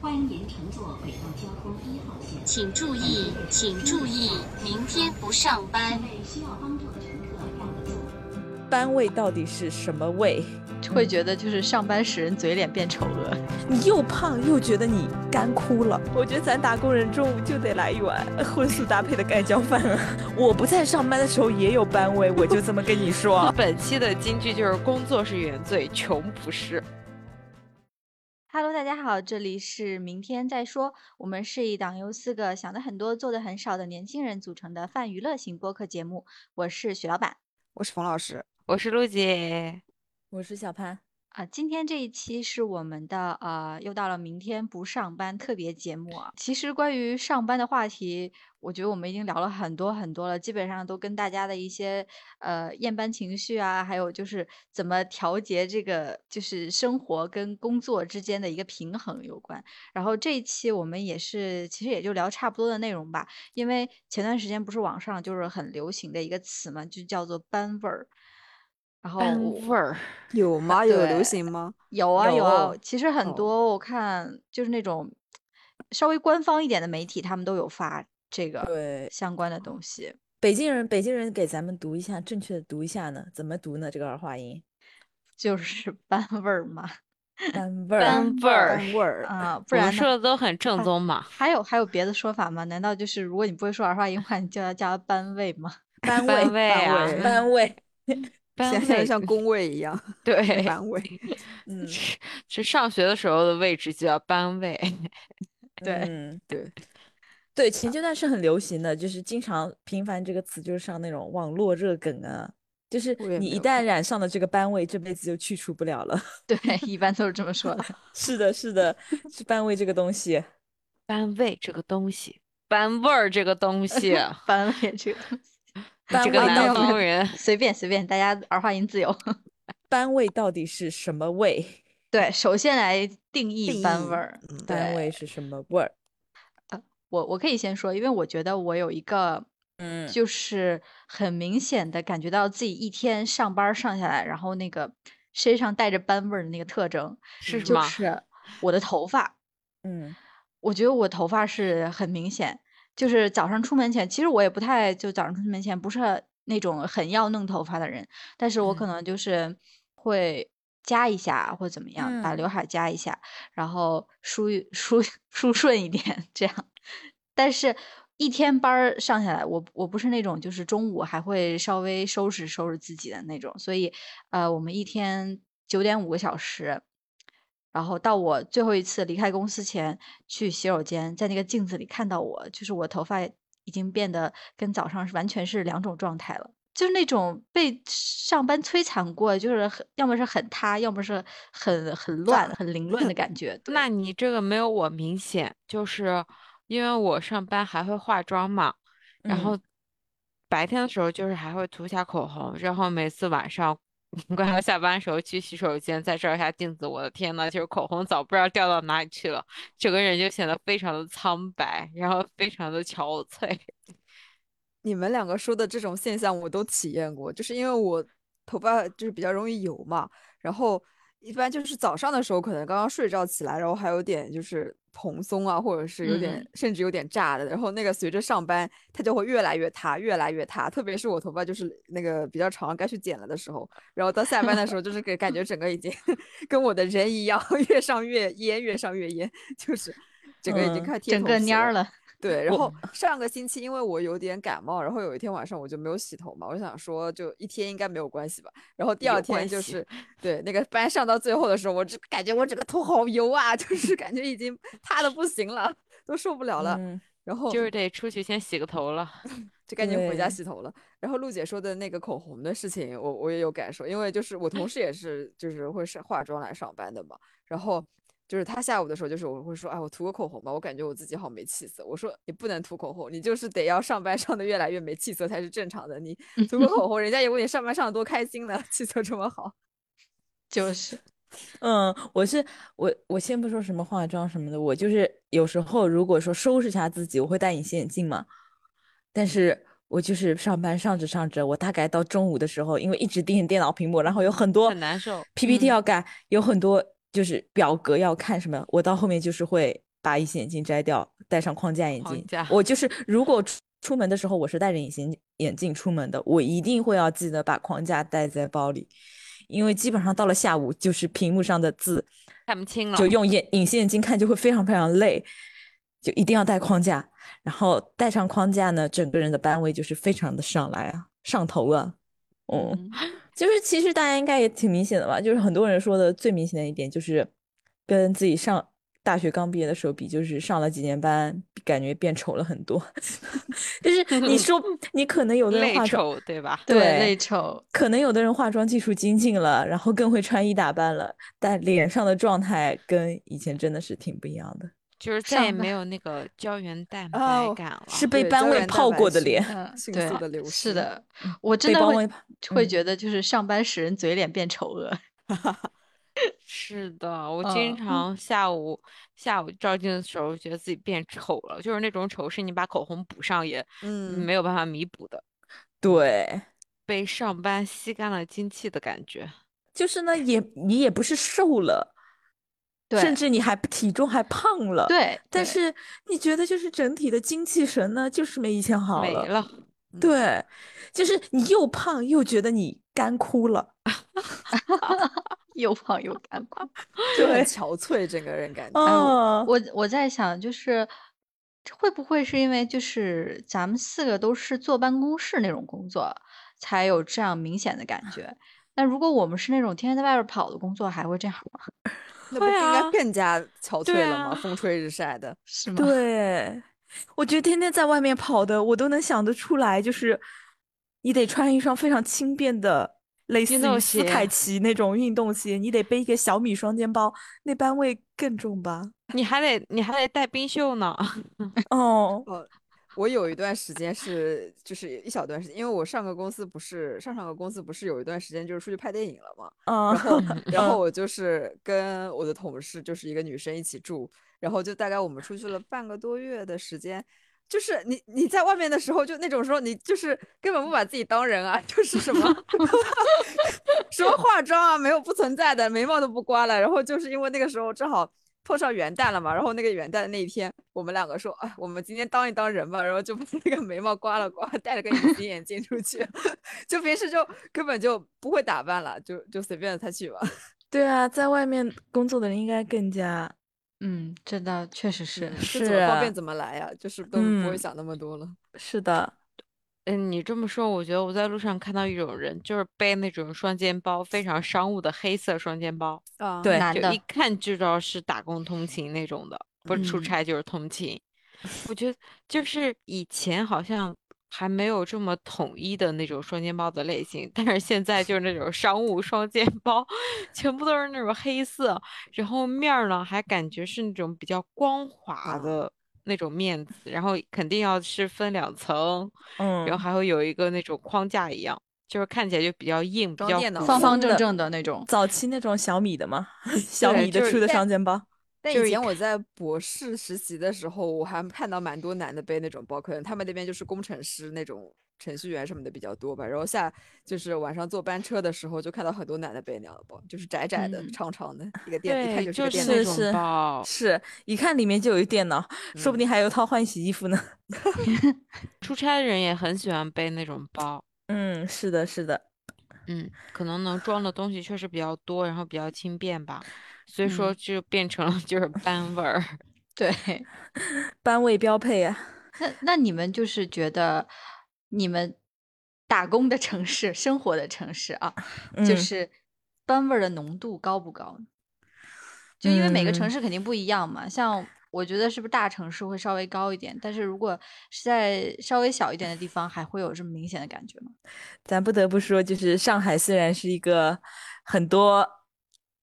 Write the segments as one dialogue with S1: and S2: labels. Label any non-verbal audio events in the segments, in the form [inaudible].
S1: 欢迎乘坐轨道交通一号线。
S2: 请注意，请注意，明天不上班。
S1: 为需要帮助的乘客让个座。
S3: 班味到底是什么味？
S4: 会觉得就是上班使人嘴脸变丑了。
S3: 你又胖又觉得你干枯了。我觉得咱打工人中午就得来一碗荤素搭配的盖浇饭啊！ [laughs] 我不在上班的时候也有班味，我就这么跟你说。
S5: 本期的金句就是：工作是原罪，穷不是。
S4: Hello，大家好，这里是明天再说。我们是一档由四个想的很多、做的很少的年轻人组成的泛娱乐型播客节目。我是许老板
S6: [laughs] 我是冯老师，
S5: 我是陆姐，
S3: 我是小潘，
S4: 啊、今天这一期是我们的呃，又到了明天不上班特别节目啊。其实关于上班的话题，我觉得我们已经聊了很多很多了，基本上都跟大家的一些呃厌班情绪啊，还有就是怎么调节这个就是生活跟工作之间的一个平衡有关。然后这一期我们也是，其实也就聊差不多的内容吧，因为前段时间不是网上就是很流行的一个词嘛，就叫做班味儿。然后
S5: 班
S4: 我
S5: 味儿，
S6: 哦
S5: [laughs]
S6: 有吗？有流
S4: 对
S6: 行吗？
S4: 有啊有啊
S3: 有，
S4: 其实很
S6: 哦
S4: 多我看就是那种稍微官方一点的媒体，他们都有发这个
S3: 对，
S4: 相关的东西。
S3: 呃北京人，北京人给咱们读一下，正确的读一下呢？怎么读呢？这个儿化音，
S4: 就是 [laughs] 班味儿嘛，
S3: 班味儿，
S5: 班味儿
S3: 班味儿。
S4: 啊、不
S5: 我
S4: 然
S5: 们
S4: 呢
S5: 说的都很正宗
S6: [laughs]
S5: 嘛。
S4: 还有还有别的说法吗？难道就是如果你不会说儿化音的话，你就要叫它班味吗？ [laughs]
S3: 班
S5: 班
S3: 味，
S5: 味啊
S3: 班味，班味。
S5: 班
S6: 想想
S5: 味
S6: 就像工位一样， [laughs]
S5: 对，
S6: 班位。
S3: 嗯，
S5: 是上学的时候的位置就叫班位。
S4: 对
S3: 嗯，
S6: 对
S3: 对，前阶段是很流行的，就是经常频繁这个词，就是上那种网络热梗啊，就是
S6: 我也
S3: 你
S6: 没
S3: 一
S6: 有
S3: 旦染上了这个班味，这辈子就去除不了了。 [laughs]
S4: 对，一般都是这么说的。
S3: 是的，是的，是班味这个东西。
S5: 班味这个东西，班味儿这个东
S6: [laughs]
S5: 西，
S4: [laughs] 班味这个东西 [laughs]
S5: 你
S3: 班味
S5: 这个
S3: 到
S5: 南
S4: 没有
S5: 方
S6: [laughs]
S5: 人，
S4: 随便随便，大家儿化音自由。 [laughs]
S3: 班味到底是什么味？
S4: 对，首先来定义
S6: 定
S4: 班
S6: 义
S4: 味儿。
S6: 嗯
S3: 班
S4: 对
S3: 味是什么味儿？
S4: 我我可以先说，因为我觉得我有一个
S3: 嗯
S4: 就是很明显的感觉到自己一天上班儿上下来，然后那个身上带着斑味儿的那个特征，
S5: 是什
S4: 就
S5: 么？
S4: 是我的头发。
S3: 嗯，
S4: 我觉得我头发是很明显，就是早上出门前，其实我也不太就早上出门前不是那种很要弄头发的人，但是我可能就是会夹一下或怎么样，把
S3: 嗯
S4: 刘海夹一下，然后梳一 [laughs] 梳梳顺一点这样。但是，一天班儿上下来，我我不是那种就是中午还会稍微收拾收拾自己的那种，所以呃，我们一天九点五个小时，然后到我最后一次离开公司前去洗手间，在那个镜子里看到我，就是我头发已经变得跟早上是完全是两种状态了。就是那种被上班摧残过，就是很要么是很塌，要么是很很乱、很凌乱的
S3: [laughs]
S4: 感觉。对
S5: 那你这个没有我明显，就是因为我上班还会化妆嘛，
S3: 嗯
S5: 然后白天的时候就是还会涂一下口红，然后每次晚上快要下班的时候去洗手间再照一下镜子，我的天呐，就是口红早不知道掉到哪里去了，整个人就显得非常的苍白，然后非常的憔悴。
S6: 你们两个说的这种现象我都体验过，就是因为我头发就是比较容易油嘛，然后一般就是早上的时候可能刚刚睡觉起来，然后还有点就是蓬松啊，或者是有点、
S4: 嗯
S6: 甚至有点炸的，然后那个随着上班它就会越来越塌，越来越塌，特别是我头发就是那个比较长，该去剪了的时候，然后到下班的时候就是给感觉整个已经 [laughs] 跟我的人一样， [laughs] 越上越烟，越上越烟，就是整个已经
S3: 嗯
S6: 快贴
S4: 整
S6: 头
S4: 个
S6: 皮
S4: 蔫儿了。
S5: [laughs]
S6: 对，然
S3: 我
S6: 后上个星期因为我有点感冒，然后有一天晚上我就没有洗头嘛，我就想说就一天应该没有关系吧。然后第
S5: 有
S6: 二天
S5: 关
S6: 就
S5: 系
S6: 是对那个班上到最后的时候，我就感觉我整个头好油啊， [laughs] 就是感觉已经塌的不行了，都受不了了。
S3: 嗯
S6: 然后
S5: 就是得出去先洗个头了。
S6: 就赶紧回家
S3: 对
S6: 洗头了。然后陆姐说的那个口红的事情，我我也有感受，因为就是我同事也是就是会是化妆来上班的嘛。然后就是她下午的时候，就是我会说，哎，我涂个口红吧，我感觉我自己好没气色。我说你不能涂口红，你就是得要上班上的越来越没气色才是正常的。你
S3: 嗯
S6: 涂个口红，人家以为你上班上的多开心呢，气色这么好。
S4: 就是
S3: 嗯，我是我，我先不说什么化妆什么的，我就是有时候如果说收拾一下自己，我会戴隐形眼镜嘛。但是我就是上班上着上着，我大概到中午的时候，因为一直盯着电脑屏幕，然后有很多
S5: 很难受
S3: PPT
S4: 嗯
S3: 要改，有很多就是表格要看什么，我到后面就是会把隐形眼镜摘掉，戴上框架眼
S5: 框
S3: 镜
S5: 架。
S3: 我就是如果出出门的时候我是戴着隐形眼镜出门的，我一定会要记得把框架带在包里，因为基本上到了下午，就是屏幕上的字
S5: 看不清了，
S3: 就用眼隐形眼镜看就会非常非常累，就一定要戴框架。然后戴上框架呢，整个人的班味就是非常的上来啊，上头啊，嗯。
S4: 嗯
S3: 就是其实大家应该也挺明显的吧，就是很多人说的最明显的一点就是，跟自己上大学刚毕业的时候比，就是上了几年班，感觉变丑了很多。 [laughs] 就是你说你可能有的人
S5: 累
S3: 化妆，
S5: 丑对吧？
S4: 对，
S3: 对
S4: 累丑，
S3: 可能有的人化妆技术精进了，然后更会穿衣打扮了，但脸上的状态跟以前真的是挺不一样的，
S5: 就是再也
S4: 上
S5: 没
S4: 班
S5: 有那个胶原蛋白
S6: 哦
S5: 感了。
S3: 是被
S6: 对
S3: 班
S6: 胶
S3: 味
S6: 原蛋
S3: 泡
S6: 白
S3: 过的
S6: 是
S3: 脸。 [laughs]
S4: 嗯，
S6: 迅
S4: 对
S6: 速地流
S4: 是
S6: 失
S4: 的，我
S3: 嗯
S4: 真
S3: 被
S4: 的
S3: 包
S4: 会
S3: 围吧
S4: 会
S3: 嗯
S4: 觉得就是上班使人嘴脸变丑恶， [laughs]
S5: 是的，我经
S4: 嗯
S5: 常下午下午照镜子的时候，觉得自己变丑了，就是那种丑是你把口红补上也
S6: 嗯，
S5: 没有办法弥补的，
S3: 对，
S5: 被上班吸干了精气的感觉。
S3: 就是呢，也你也不是瘦了，甚
S4: 对
S3: 至你还体重还胖了。
S4: 对，
S3: 但
S4: 对
S3: 是你觉得就是整体的精气神呢，就是没以前好
S5: 没
S3: 了。
S5: 了，
S3: 对，
S4: 嗯
S3: 就是你又胖又觉得你干枯了。
S4: 又胖又
S3: [laughs]
S4: 干枯。
S6: 就很
S3: 对
S6: 憔悴，整个人感觉。哎
S3: 哦，
S4: 嗯我我在想，就是会不会是因为就是咱们四个都是坐办公室那种工作，才有这样明显的感觉？那如果我们是那种天天在外边跑的工作，还会这样吗？
S6: 那不
S5: 会
S6: 应该
S5: 啊
S6: 更加憔悴
S5: 对
S6: 了吗？
S5: 啊
S6: 风吹日晒的，
S4: 是吗？
S3: 对，我觉得天天在外面跑的，我都能想得出来，就是你得穿一双非常轻便的，类似
S5: 运动
S3: 于斯凯
S5: 鞋
S3: 奇那种运动鞋，你得背一个小米双肩包，那班味更重吧？
S5: 你还得你还得带冰袖呢。 [laughs]
S3: 哦，
S6: 我有一段时间是，就是一小段时间，因为我上个公司不是上上个公司不是有一段时间就是出去拍电影了嘛，然后
S3: 嗯，
S6: 然后我就是跟我的同事就是一个女生一起住，然后就大概我们出去了半个多月的时间。就是你你在外面的时候，就那种时候，你就是根本不把自己当人啊，就是
S3: [laughs]
S6: 什么什么化妆啊，没有不存在的，眉毛都不刮了。然后就是因为那个时候正好碰上元旦了嘛，然后那个元旦的那一天，我们两个说，哎，我们今天当一当人吧，然后就把那个眉毛刮了刮，戴了个隐形眼镜出去，就平时就根本就不会打扮了，就就随便他去吧。
S3: 对啊，在外面工作的人应该更加。
S4: 嗯，这倒确实是。
S6: 嗯
S3: 是
S6: [laughs] 就怎么方
S3: 啊
S6: 便怎么来呀、就是都不会
S3: 嗯
S6: 想那么多了。
S3: 是的，
S5: 嗯，你这么说，我觉得我在路上看到一种人，就是背那种双肩包，非常商务的黑色双肩包，
S6: 啊
S3: 对
S4: 男
S5: 就
S4: 的
S5: 一看就知道是打工通勤那种的，不是出
S4: 嗯
S5: 差就是通
S6: [laughs]
S5: 勤。我觉得就是以前好像还没有这么统一的那种双肩包的类型，但是现在就是那种商务双肩包， [laughs] 全部都是那种黑色，然后面儿呢还感觉是那种比较光滑
S6: 啊
S5: 的那种面子，然后肯定要是分两层。
S3: 嗯，
S5: 然后还会有一个那种框架一样，就是看起来就比较硬，比
S6: 装
S5: 较
S6: 电脑
S5: 鼓
S4: 方方
S3: 松
S4: 正
S3: 的
S4: 嗯正的那种，
S3: 早期那种小米的嘛，小
S5: 对
S3: 米的
S5: 就是
S3: 出的
S6: 但
S3: 双肩包，
S6: 但
S5: 就
S6: 以
S5: 是一
S6: 前我在博士实习的时候，我还看到蛮多男的背那种包，可能他们那边就是工程师那种程序员什么的比较多吧。然后下就是晚上坐班车的时候，就看到很多男的背那样的包，就是窄窄的、
S4: 嗯
S6: 长长的一个电，一看
S5: 对，
S6: 就是
S5: 是
S6: 个电
S5: 那
S6: 脑。
S5: 种
S3: 是
S5: 包。
S3: 是一看里面就有一电脑，说不
S6: 嗯
S3: 定还有套换洗衣服呢。
S5: 出差的人也很喜欢背那种包，
S3: 嗯，是的，是的，
S5: 嗯，可能能装的东西确实比较多，然后比较轻便吧，所以说
S4: 嗯
S5: 就变成了就是班味儿。
S4: 对，
S3: 班味标配啊。
S4: [laughs]
S3: [laughs]
S4: 那那你们就是觉得你们打工的城市、生活的城市啊，就
S3: 嗯
S4: 是班味儿的浓度高不高呢？就因为每个城
S3: 嗯
S4: 市肯定不一样嘛，像我觉得是不是大城市会稍微高一点，但是如果是在稍微小一点的地方，还会有这么明显的感觉吗？ [laughs]
S6: 嗯
S3: 咱不得不说，就是上海虽然是一个很多，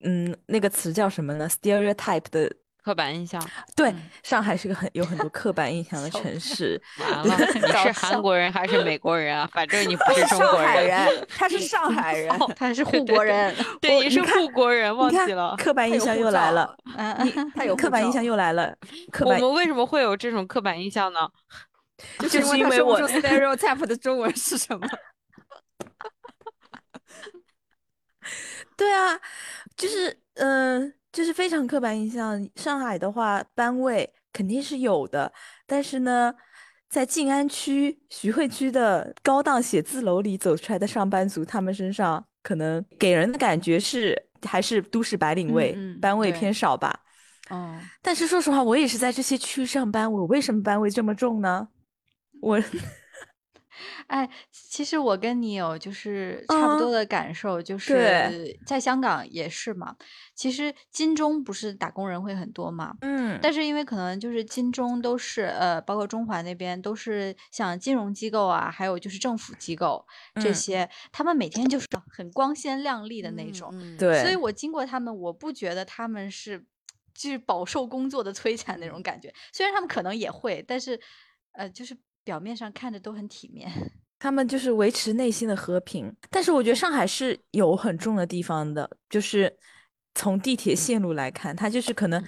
S3: 嗯，那个词叫什么呢？stereotype 的，
S5: 刻板印象
S3: 对
S4: 嗯，
S3: 上海是个很有很多刻板印象的
S4: 笑
S3: 城市。
S5: 完了，你是韩国人还是美国人啊？反正你不
S6: [laughs] 他
S5: 是中
S6: 上
S5: 国
S6: 海
S5: 人，
S6: 人， [laughs] 他是上
S3: [laughs]
S6: 海人，
S4: 他是护国人， [laughs]
S5: 对，
S3: 我
S5: 你
S3: 你
S5: 是
S3: 看
S5: 护国人，忘
S3: 你看
S5: 记了，。
S3: 刻板
S6: 他
S3: 印
S6: 有
S3: 象
S6: 护
S3: 又来
S6: 照
S3: 了，
S4: 嗯，
S6: 他有
S3: 刻
S6: 护
S3: 板印
S6: 照
S3: 象又来了，刻
S5: 我
S3: 板
S5: 们为什么会有这种刻板印象呢？
S6: 就是
S3: 是
S6: 因
S3: 因
S6: 为他
S3: 为
S6: 说不
S3: 我 [laughs]
S6: 出 stereotype 的中文是什么。
S3: 对啊，就是嗯、呃这是非常刻板印象。上海的话，班味肯定是有的，但是呢，在静安区、徐汇区的高档写字楼里走出来的上班族，他们身上可能给人的感觉是还是都市白领
S4: 嗯
S3: 味，
S4: 嗯
S3: 班味
S4: 对
S3: 偏少吧。
S4: 哦，
S3: 但是说实话，我也是在这些区上班，我为什么班味这么重呢？我
S4: 哎，其实我跟你有就是差不
S3: 嗯
S4: 多的感受，就是
S3: 对
S4: 在香港也是嘛。其实金钟不是打工人会很多嘛，
S3: 嗯，
S4: [laughs] 但是因为可能就是金钟都是呃，包括中环那边都是像金融机构啊，还有就是政府机构这
S3: 嗯
S4: 些，他们每天就是很光鲜亮丽的那种。
S6: 嗯，
S3: 对，
S4: 所以我经过他们，我不觉得他们是就是饱受工作的摧残那种感觉。虽然他们可能也会，但是呃，就是表面上看着都很体面。
S3: 他们就是维持内心的和平，但是我觉得上海是有很重的地方的，就是从地铁线路来看，它就是可能，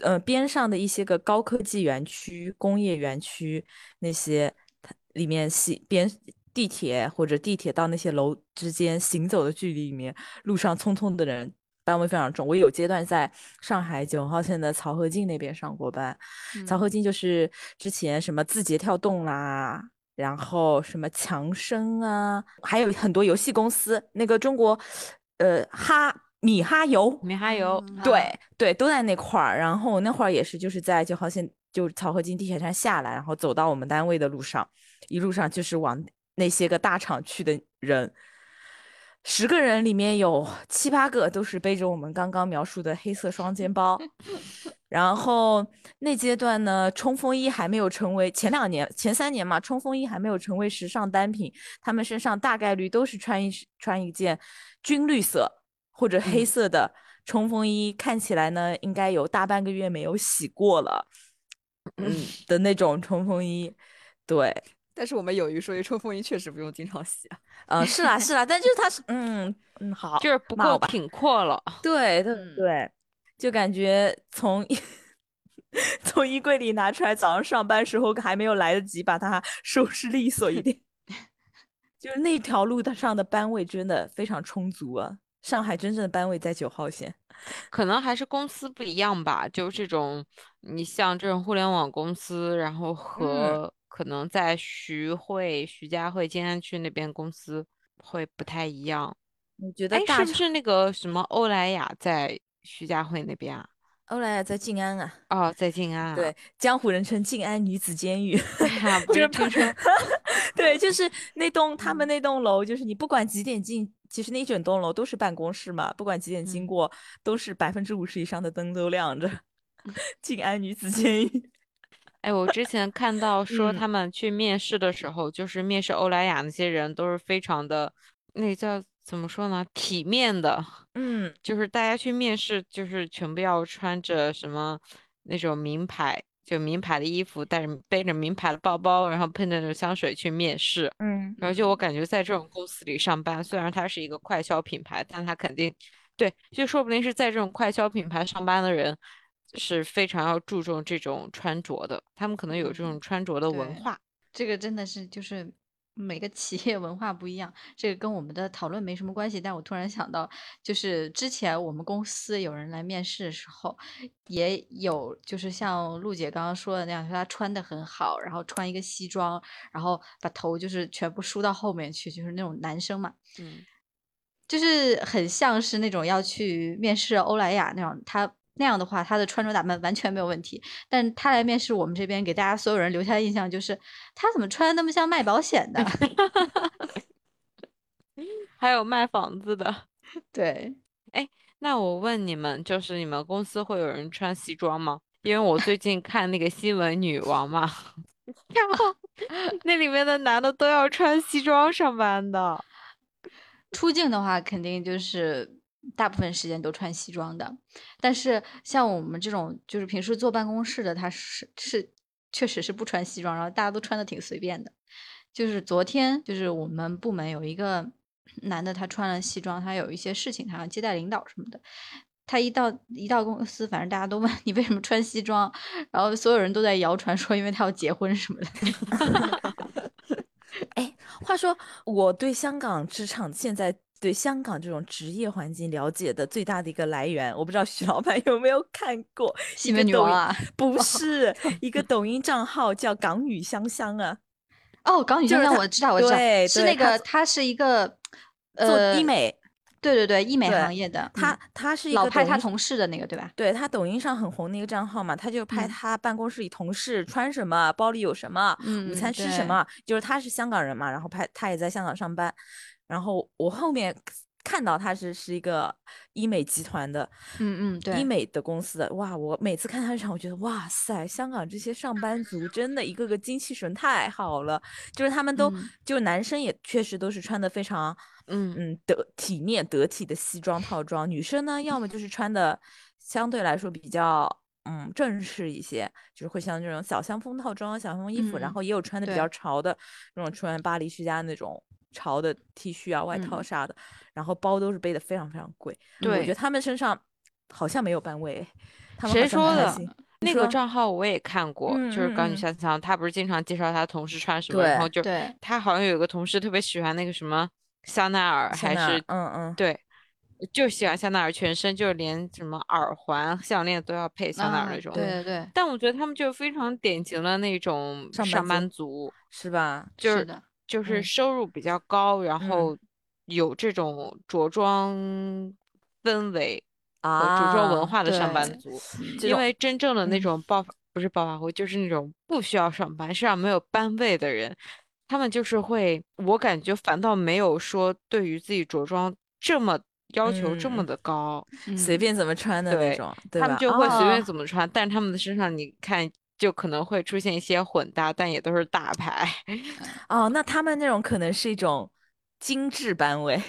S3: 呃，边上的一些个高科技园区、工业园区那些，它里面行边地铁或者地铁到那些楼之间行走的距离里面，路上匆匆的人班味非常重。我有阶段在上海九号线的漕河泾那边上过班，漕河泾就是之前什么字节跳动啦，然后什么强生啊，还有很多游戏公司，那个中国，呃，哈米哈游，
S5: 米哈游，
S6: 嗯
S3: 对对，都在那块儿。然后我那会儿也是，就是在九号线，就是漕河泾地铁站下来，然后走到我们单位的路上，一路上就是往那些个大厂去的人。十个人里面有七八个都是背着我们刚刚描述的黑色双肩包，然后那阶段呢，冲锋衣还没有成为前两年、前三年嘛，冲锋衣还没有成为时尚单品，他们身上大概率都是穿一穿一件军绿色或者黑色的冲锋衣，看起来呢应该有大半个月没有洗过了，嗯的那种冲锋衣。对，
S6: 但是我们有一说一，冲锋衣确实不用经常洗啊。
S3: 呃，是啦是啦，但就是它 [laughs] 是，嗯嗯，好，
S5: 就是不
S3: 骂我
S5: 够
S3: 吧
S5: 挺阔了。
S3: 对对
S4: 嗯
S3: 对，就感觉从 [laughs] 从衣柜里拿出来，早上上班时候还没有来得及把它收拾利索一 [laughs] 点，就是那条路的上的班位真的非常充足啊。上海真正的班位在九号线，
S5: 可能还是公司不一样吧，就这种，你像这种互联网公司，然后和可能在徐汇、徐家汇、静安区那边公司会不太一样。
S3: 我觉得
S5: 哎，
S3: 大
S5: 是不
S3: 厂
S5: 是那个什么欧莱雅在徐家汇那边啊？
S3: 欧莱雅在静安啊，
S5: 哦，在静安啊。
S3: 对，江湖人称静安女子监狱，
S5: 哎呀，不
S3: [laughs] 就是是
S5: 听
S3: 怕 [laughs]
S5: 说
S3: 对，就是那栋他们那栋楼，就是你不管几点进，其实那一整栋楼都是办公室嘛，不管几点经
S5: 嗯
S3: 过，都是百分之五十以上的灯都亮 [laughs] 着。嗯静安女子监狱，
S5: 哎，我之前看到说
S3: 嗯
S5: 他们去面试的时候，就是面试欧莱雅那些人都是非常的，那叫怎么说呢？体面的，
S3: 嗯，
S5: 就是大家去面试，就是全部要穿着什么那种名牌，就名牌的衣服，带着背着名牌的包包，然后喷着那种香水去面试。
S3: 嗯，
S5: 然后就我感觉在这种公司里上班，虽然它是一个快消品牌，但它肯定对，就说不定是在这种快消品牌上班的人是非常要注重这种穿着的，他们可能有这种
S4: 嗯
S5: 穿着的文
S4: 对
S5: 化。
S4: 这个真的是就是每个企业文化不一样，这个跟我们的讨论没什么关系。但我突然想到，就是之前我们公司有人来面试的时候，也有就是像陆姐刚刚说的那样，说她穿的很好，然后穿一个西装，然后把头就是全部梳到后面去，就是那种男生嘛，
S5: 嗯，
S4: 就是很像是那种要去面试欧莱雅那样，他那样的话，他的穿着打扮完全没有问题。但他来面试我们这边，给大家所有人留下的印象就是，他怎么穿得那么像卖保险的？ [laughs]
S5: 还有卖房子的。
S4: 对，
S5: 那我问你们，就是你们公司会有人穿西装吗？因为我最近看那个新闻女王嘛， [laughs] 然
S3: [laughs]
S5: 后那里面的男的都要穿西装上班的。
S4: 出镜的话，肯定就是大部分时间都穿西装的。但是像我们这种就是平时坐办公室的，他是是确实是不穿西装，然后大家都穿的挺随便的。就是昨天，就是我们部门有一个男的，他穿了西装，他有一些事情，他要接待领导什么的。他一到一到公司，反正大家都问你为什么穿西装，然后所有人都在谣传说因为他要结婚什么的。
S3: 话说我对香港职场现在对香港这种职业环境了解的最大的一个来源。我不知道徐老板 [laughs] 有没有看过
S4: 新
S3: 一个
S4: 闻女
S3: 抖
S4: 王
S3: 音
S4: 啊，
S3: 不是一个抖音账号叫“港女香香”啊，
S4: 哦，港女
S3: 就
S4: 香
S3: 是
S4: 香，
S3: 她
S4: 我知道，我知道，
S3: 对
S4: 是
S3: 对
S4: 那
S3: 她
S4: 个，她是一个
S3: 做
S4: 呃
S3: 医，美，
S4: 对对对，医美
S3: 对
S4: 行业的，
S3: 她
S4: 嗯
S3: 她是一
S4: 老
S3: 个
S4: 拍
S3: 抖
S4: 她
S3: 音
S4: 同事的那个，对吧？
S3: 对他抖音上很红的一个账号嘛，他就拍
S4: 嗯
S3: 他办公室里同事穿什么，包里有什么，午
S4: 嗯
S3: 餐吃什
S4: 对
S3: 么，就是他是香港人嘛，然后拍他也在香港上班，然后我后面看到他是是一个医美集团的
S4: 嗯嗯，
S3: 医
S4: 对，
S3: 美的公司的，哇，我每次看他上，我觉得哇塞，香港这些上班族真的一个个精气神太好了，就是他们都、
S4: 嗯
S3: 就男生也确实都是穿的非常。
S5: 嗯，
S3: 嗯得体面得体的西装套装，女生呢，要么就是穿的相对来说比较嗯正式一些，就是会像这种小香风套装、小香风衣服，然
S4: 嗯
S3: 后也有穿的比较
S4: 对
S3: 潮的那种穿巴黎世家那种潮的 T 恤啊、外套
S4: 嗯
S3: 啥的，然后包都是背的非常非常贵。嗯我觉
S5: 对
S3: 得他们身上好像没有半位，他们
S5: 谁
S3: 好像
S5: 说
S3: 不太
S5: 的
S3: 行你
S5: 那个
S3: 说
S5: 账号我也看过，就是
S3: 嗯
S5: 港
S3: 嗯
S5: 女
S3: 嗯
S5: 香香，她不是经常介绍她同事穿什么，然后就
S4: 对
S5: 她好像有个同事特别喜欢那个什么香奈儿，
S3: 香
S5: 还
S3: 奈儿
S5: 是
S3: 嗯嗯
S5: 对，就喜欢香奈儿，全身就是连什么耳环、项链都要配香奈儿
S4: 啊
S5: 那种。
S4: 对对对，
S5: 但我觉得他们就非常典型的那种
S3: 上班
S5: 上
S3: 族
S5: 班族，
S3: 是吧？
S5: 就是是
S4: 的，
S5: 就是
S3: 嗯
S5: 收入比较高，然
S3: 嗯
S5: 后有这种着装氛围和着装文
S3: 啊
S5: 化的上班
S4: 对
S5: 族，
S3: 这
S5: 因
S3: 种
S5: 为真正的那
S3: 嗯
S5: 种暴发不是暴发户，就是那种不需要上班、身上没有班位的人，他们就是会，我感觉反倒没有说对于自己着装这么要求这么
S3: 嗯
S5: 的高，
S3: 随
S4: 嗯
S3: 便怎么穿的那
S5: 对
S3: 种，对
S5: 他们
S3: 吧
S5: 就会随便
S3: 啊
S5: 怎么穿，但是他们的身上你看就可能会出现一些混搭，但也都是大牌。 [laughs]
S3: 哦，那他们那种可能是一种精致班位，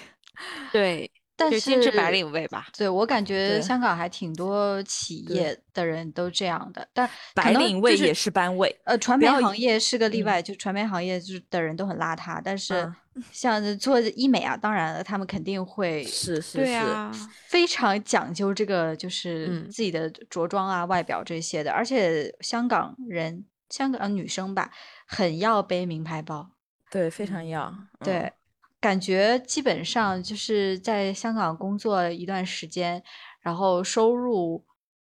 S5: 对，
S4: 但
S5: 就是精致白领位吧。
S4: 对，我感觉
S3: 对
S4: 香港还挺多企
S3: 对
S4: 业的人都这样的，但可
S3: 白
S4: 能
S3: 领
S4: 就
S3: 位也是班位
S4: 呃，传
S3: 不
S4: 媒
S3: 要
S4: 行
S3: 以
S4: 业是个例
S3: 嗯
S4: 外，就传媒行业就是的人都很邋遢，但是
S3: 啊
S4: 像是做医美啊，当然了，他们肯定会
S3: 是是
S5: 对
S3: 是，
S5: 啊，
S4: 非常讲究这个，就是
S5: 嗯
S4: 自己的着装啊、外表这些的，而且香港人、香港、呃女生吧，很要背名牌包，
S3: 对，非
S5: 嗯
S3: 常要，
S4: 对，感觉基本上就是在香港工作一段时间，然后收入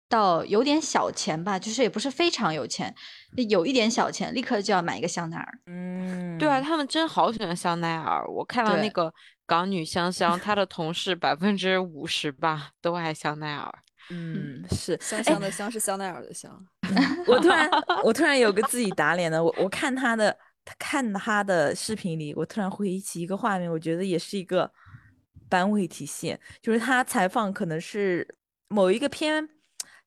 S4: 到有点小钱吧，就是也不是非常有钱，有一点小钱，立刻就要买一个香奈儿。 [laughs]
S3: 嗯，
S5: 对啊，
S3: 嗯，
S5: 他们真好喜欢香奈儿。我看到那
S4: 对
S5: 个港女香香，她的同事百分之五十吧都爱香奈儿。
S3: 嗯，是
S6: 香香的香是香奈儿的 [laughs] 香，
S3: 我突然我突然有个自己打脸的，我我看他的他看他的视频里，我突然回忆起一个画面，我觉得也是一个班位体现，就是他采访可能是某一个偏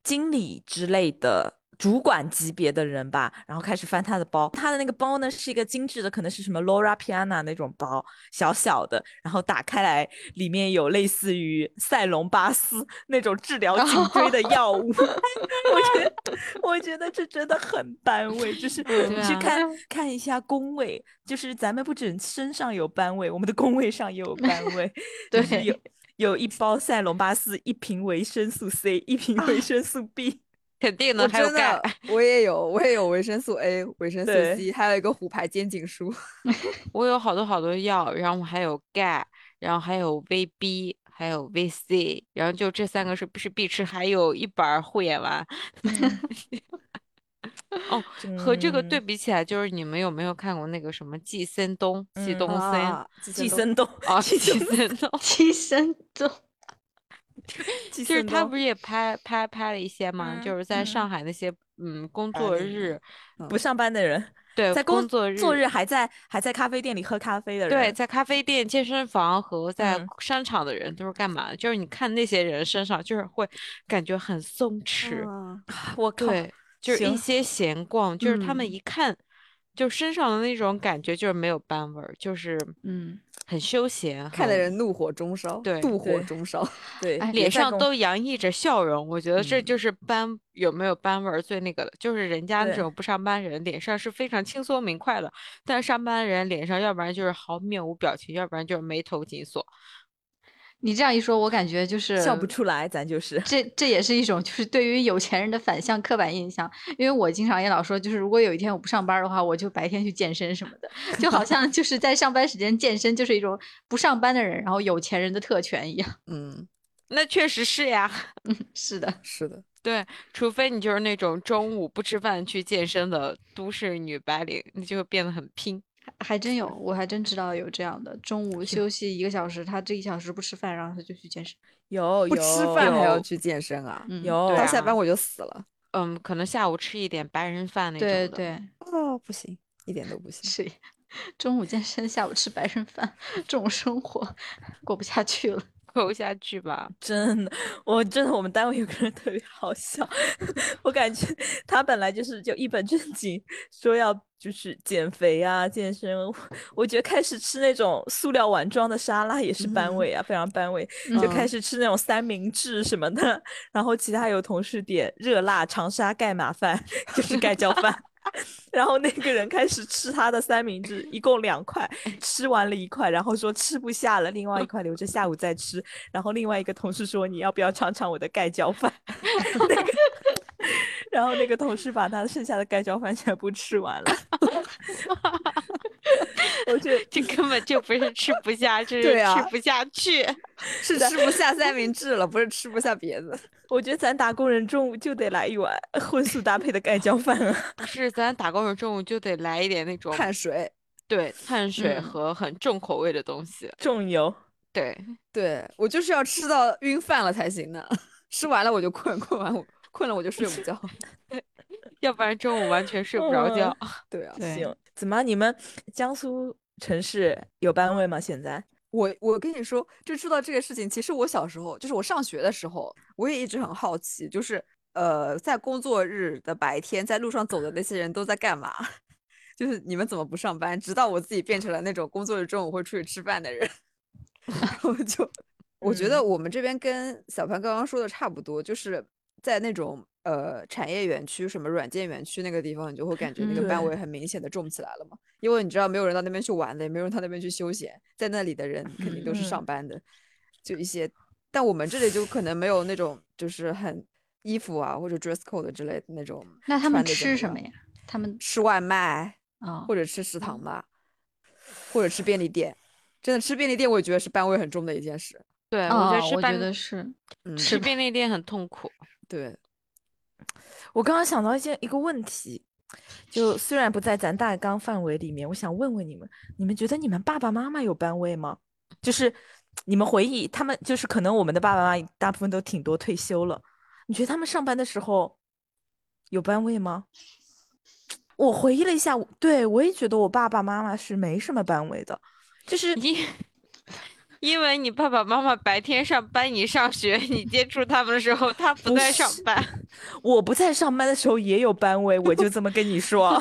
S3: 经理之类的。主管级别的人吧，然后开始翻他的包，他的那个包呢是一个精致的，可能是什么 Laura Piana 那种包，小小的，然后打开来，里面有类似于塞隆巴斯那种治疗颈椎的药物， [laughs] 我
S5: [laughs]
S3: 觉得我觉得这真的很班味，就是你
S5: 对
S3: 去
S5: 啊
S3: 看看一下工位，就是咱们不止身上有班味，我们的工位上也有
S5: [laughs]
S3: 班味，就是有有一包塞隆巴斯，一瓶维生素 C，一瓶维生素 B，
S5: 肯定的，
S6: 我
S5: 还有
S6: 真
S5: 钙
S6: 的。我也有，我也有维生素 A、维生素
S3: 对
S6: C，还有一个虎牌肩颈 [laughs] 舒。
S5: 我有好多好多药，然后我还有钙，然后还有 VB，还有 VC，然后就这三个是是必吃，还有一板儿护眼丸。 [laughs]
S3: [laughs]
S5: 哦，和这个对
S3: 真
S5: 比起来，就是你们有没有看过那个什么寄生东、寄
S3: 嗯
S5: 东森
S6: 啊，
S3: 寄
S6: 都
S3: 生东 [laughs]
S5: 啊，
S3: 寄
S5: 寄
S3: 生
S5: 生东？
S4: 寄生虫，
S3: 寄
S5: 就是
S3: 生
S5: 他
S3: 东
S5: 不是也拍拍拍了一些嘛，
S3: 嗯
S5: 就是在
S3: 嗯
S5: 上海那些嗯
S3: 啊
S5: 工
S6: 白
S5: 作
S6: 领
S5: 日，
S3: 不上班的人，
S5: 对
S3: 在
S5: 工
S3: 工
S5: 作
S3: 作日还在还在咖啡店里喝咖啡的人，
S5: 对，在咖啡店、健身房和在
S3: 嗯
S5: 商场的人都是干嘛的？就是你看那些人身上，就是会感觉很松弛，
S6: 啊
S3: 我靠，
S5: 对，就是一
S3: 行
S5: 些闲逛，就是他们
S4: 嗯
S5: 一看，就身上的那种感觉就是没有班味儿，就是
S4: 嗯，
S5: 很休闲，
S6: 看的
S5: 很
S6: 人怒火中烧，
S5: 对
S6: 妒火
S3: 对
S6: 中烧。
S3: 对，
S4: 哎
S3: 别
S5: 脸
S3: 再
S5: 上
S3: 跟我
S5: 都洋溢着笑容，我觉得这
S3: 嗯
S5: 就是班有没有班味儿最那个的，就是人家那
S3: 对
S5: 种不上班人脸上是非常轻松明快的，但是上班人脸上要不然就是毫面无表情，要不然就是眉头紧锁。
S4: 你这样一说，我感觉就是
S3: 笑不出来，咱就是 [laughs]
S4: 这这也是一种就是对于有钱人的反向刻板印象，因为我经常也老说，就是如果有一天我不上班的话，我就白天去健身什么的，就 [laughs] 好像就是在上班时间健身就是一种不上班的人，然后有钱人的特权一样。 [laughs]
S6: 嗯，
S5: 那确实是呀， [laughs]
S4: 是的，
S6: 是的，
S5: 对，除非你就是那种中午不吃饭去健身的都市女白领，你就会变得很拼。
S4: 还真有，我还真知道有这样的，中午休息一个小时，他这一小时不吃饭，然后他就去健身。
S3: 有
S6: 不吃饭还要
S3: 有
S6: 去健身啊？
S4: 嗯，
S3: 有
S5: 对
S6: 到
S5: 啊
S6: 下班我就死了。
S5: 嗯，可能下午吃一点白人饭那种
S4: 对
S5: 的。
S4: 对
S6: 哦，不行，一点都不行。
S4: 是。 [laughs] 中午健身，下午吃白人饭，这种生活过不下去了。
S5: 过不下去吧？ [laughs]
S3: 真的，我真的，我们单位有个人特别好笑， [laughs] 我感觉他本来就是就一本正经说要就是减肥啊、健身，我我觉得开始吃那种塑料碗装的沙拉也是班委啊，非常班委，就开
S6: 嗯
S3: 始吃那种三明治什么的， [laughs] 然后其他有同事点热辣长沙盖码饭，就是盖浇饭。 [laughs] 然后那个人开始吃他的三明治，一共两块，吃完了一块，然后说吃不下了，另外一块留着下午再吃。然后另外一个同事说：“你要不要尝尝我的盖浇饭？” [laughs] 那个，然后那个同事把他剩下的盖浇饭全部吃完了。我觉得
S5: 这根本就不是吃不下，这是
S6: 对
S5: 吃
S6: 啊
S5: 不下去。 [laughs]
S6: 是吃不下三明治了，不是吃不下别的。
S3: 我觉得咱打工人中午就得来一碗荤素搭配的盖浇饭啊！
S5: 不是，咱打工人中午就得来一点那种
S6: [laughs] 碳水，
S5: 对碳水
S4: 嗯
S5: 和很重口味的东西。
S3: 重油， [laughs]
S5: 对，
S6: 对我就是要吃到晕饭了才行呢。 [laughs] 吃完了我就困，困完我困了我就睡午觉。
S5: 要不然中午完全睡不着觉。
S6: [laughs]
S3: 嗯
S6: 对啊，
S4: 对
S3: 行，怎么你们江苏城市有班委吗？现在
S6: 我我跟你说，就说到这个事情，其实我小时候，就是我上学的时候，我也一直很好奇，就是呃，在工作日的白天，在路上走的那些人都在干嘛？ [laughs] 就是你们怎么不上班？直到我自己变成了那种工作日中午会出去吃饭的人， [laughs] 然后就我觉得我们这边跟小潘刚刚说的差不多，就是在那种呃产业园区、什么软件园区那个地方，你就会感觉那个班
S3: 嗯
S6: 委很明显的重起来了嘛。因为你知道，没有人到那边去玩的，也没有人到那边去休闲，在那里的人肯定都是
S3: 嗯
S6: 上班的，就一些。但我们这里就可能没有那种就是很衣服啊或者 dress code 之类的那种，
S4: 那他们
S6: 穿得怎
S4: 吃什
S6: 样
S4: 么呀？他们
S6: 吃外卖
S4: 啊，
S6: 或者吃食堂吧，或者吃便利店。真的吃便利店，我也觉得是班委很重的一件事。
S5: [laughs] 对，我
S4: 啊，
S3: 哦
S5: 觉得吃
S4: 我觉
S5: 饭
S4: 得是，
S6: 嗯，
S5: 吃便利店很痛苦。
S6: 对，
S3: 我刚刚想到一件一个问题，就虽然不在咱大纲范围里面，我想问问你们，你们觉得你们爸爸妈妈有班委吗？就是你们回忆他们，就是可能我们的爸爸妈妈大部分都挺多退休了，你觉得他们上班的时候有班委吗？我回忆了一下，我对我也觉得我爸爸妈妈是没什么班委的，就是 [laughs]
S5: 因因为你爸爸妈妈白天上班，你上学，你接触他们的时候，他不
S3: 不
S5: 在上
S3: 是
S5: 班。
S3: 我不在上班的时候也有班委，我就这么跟你说。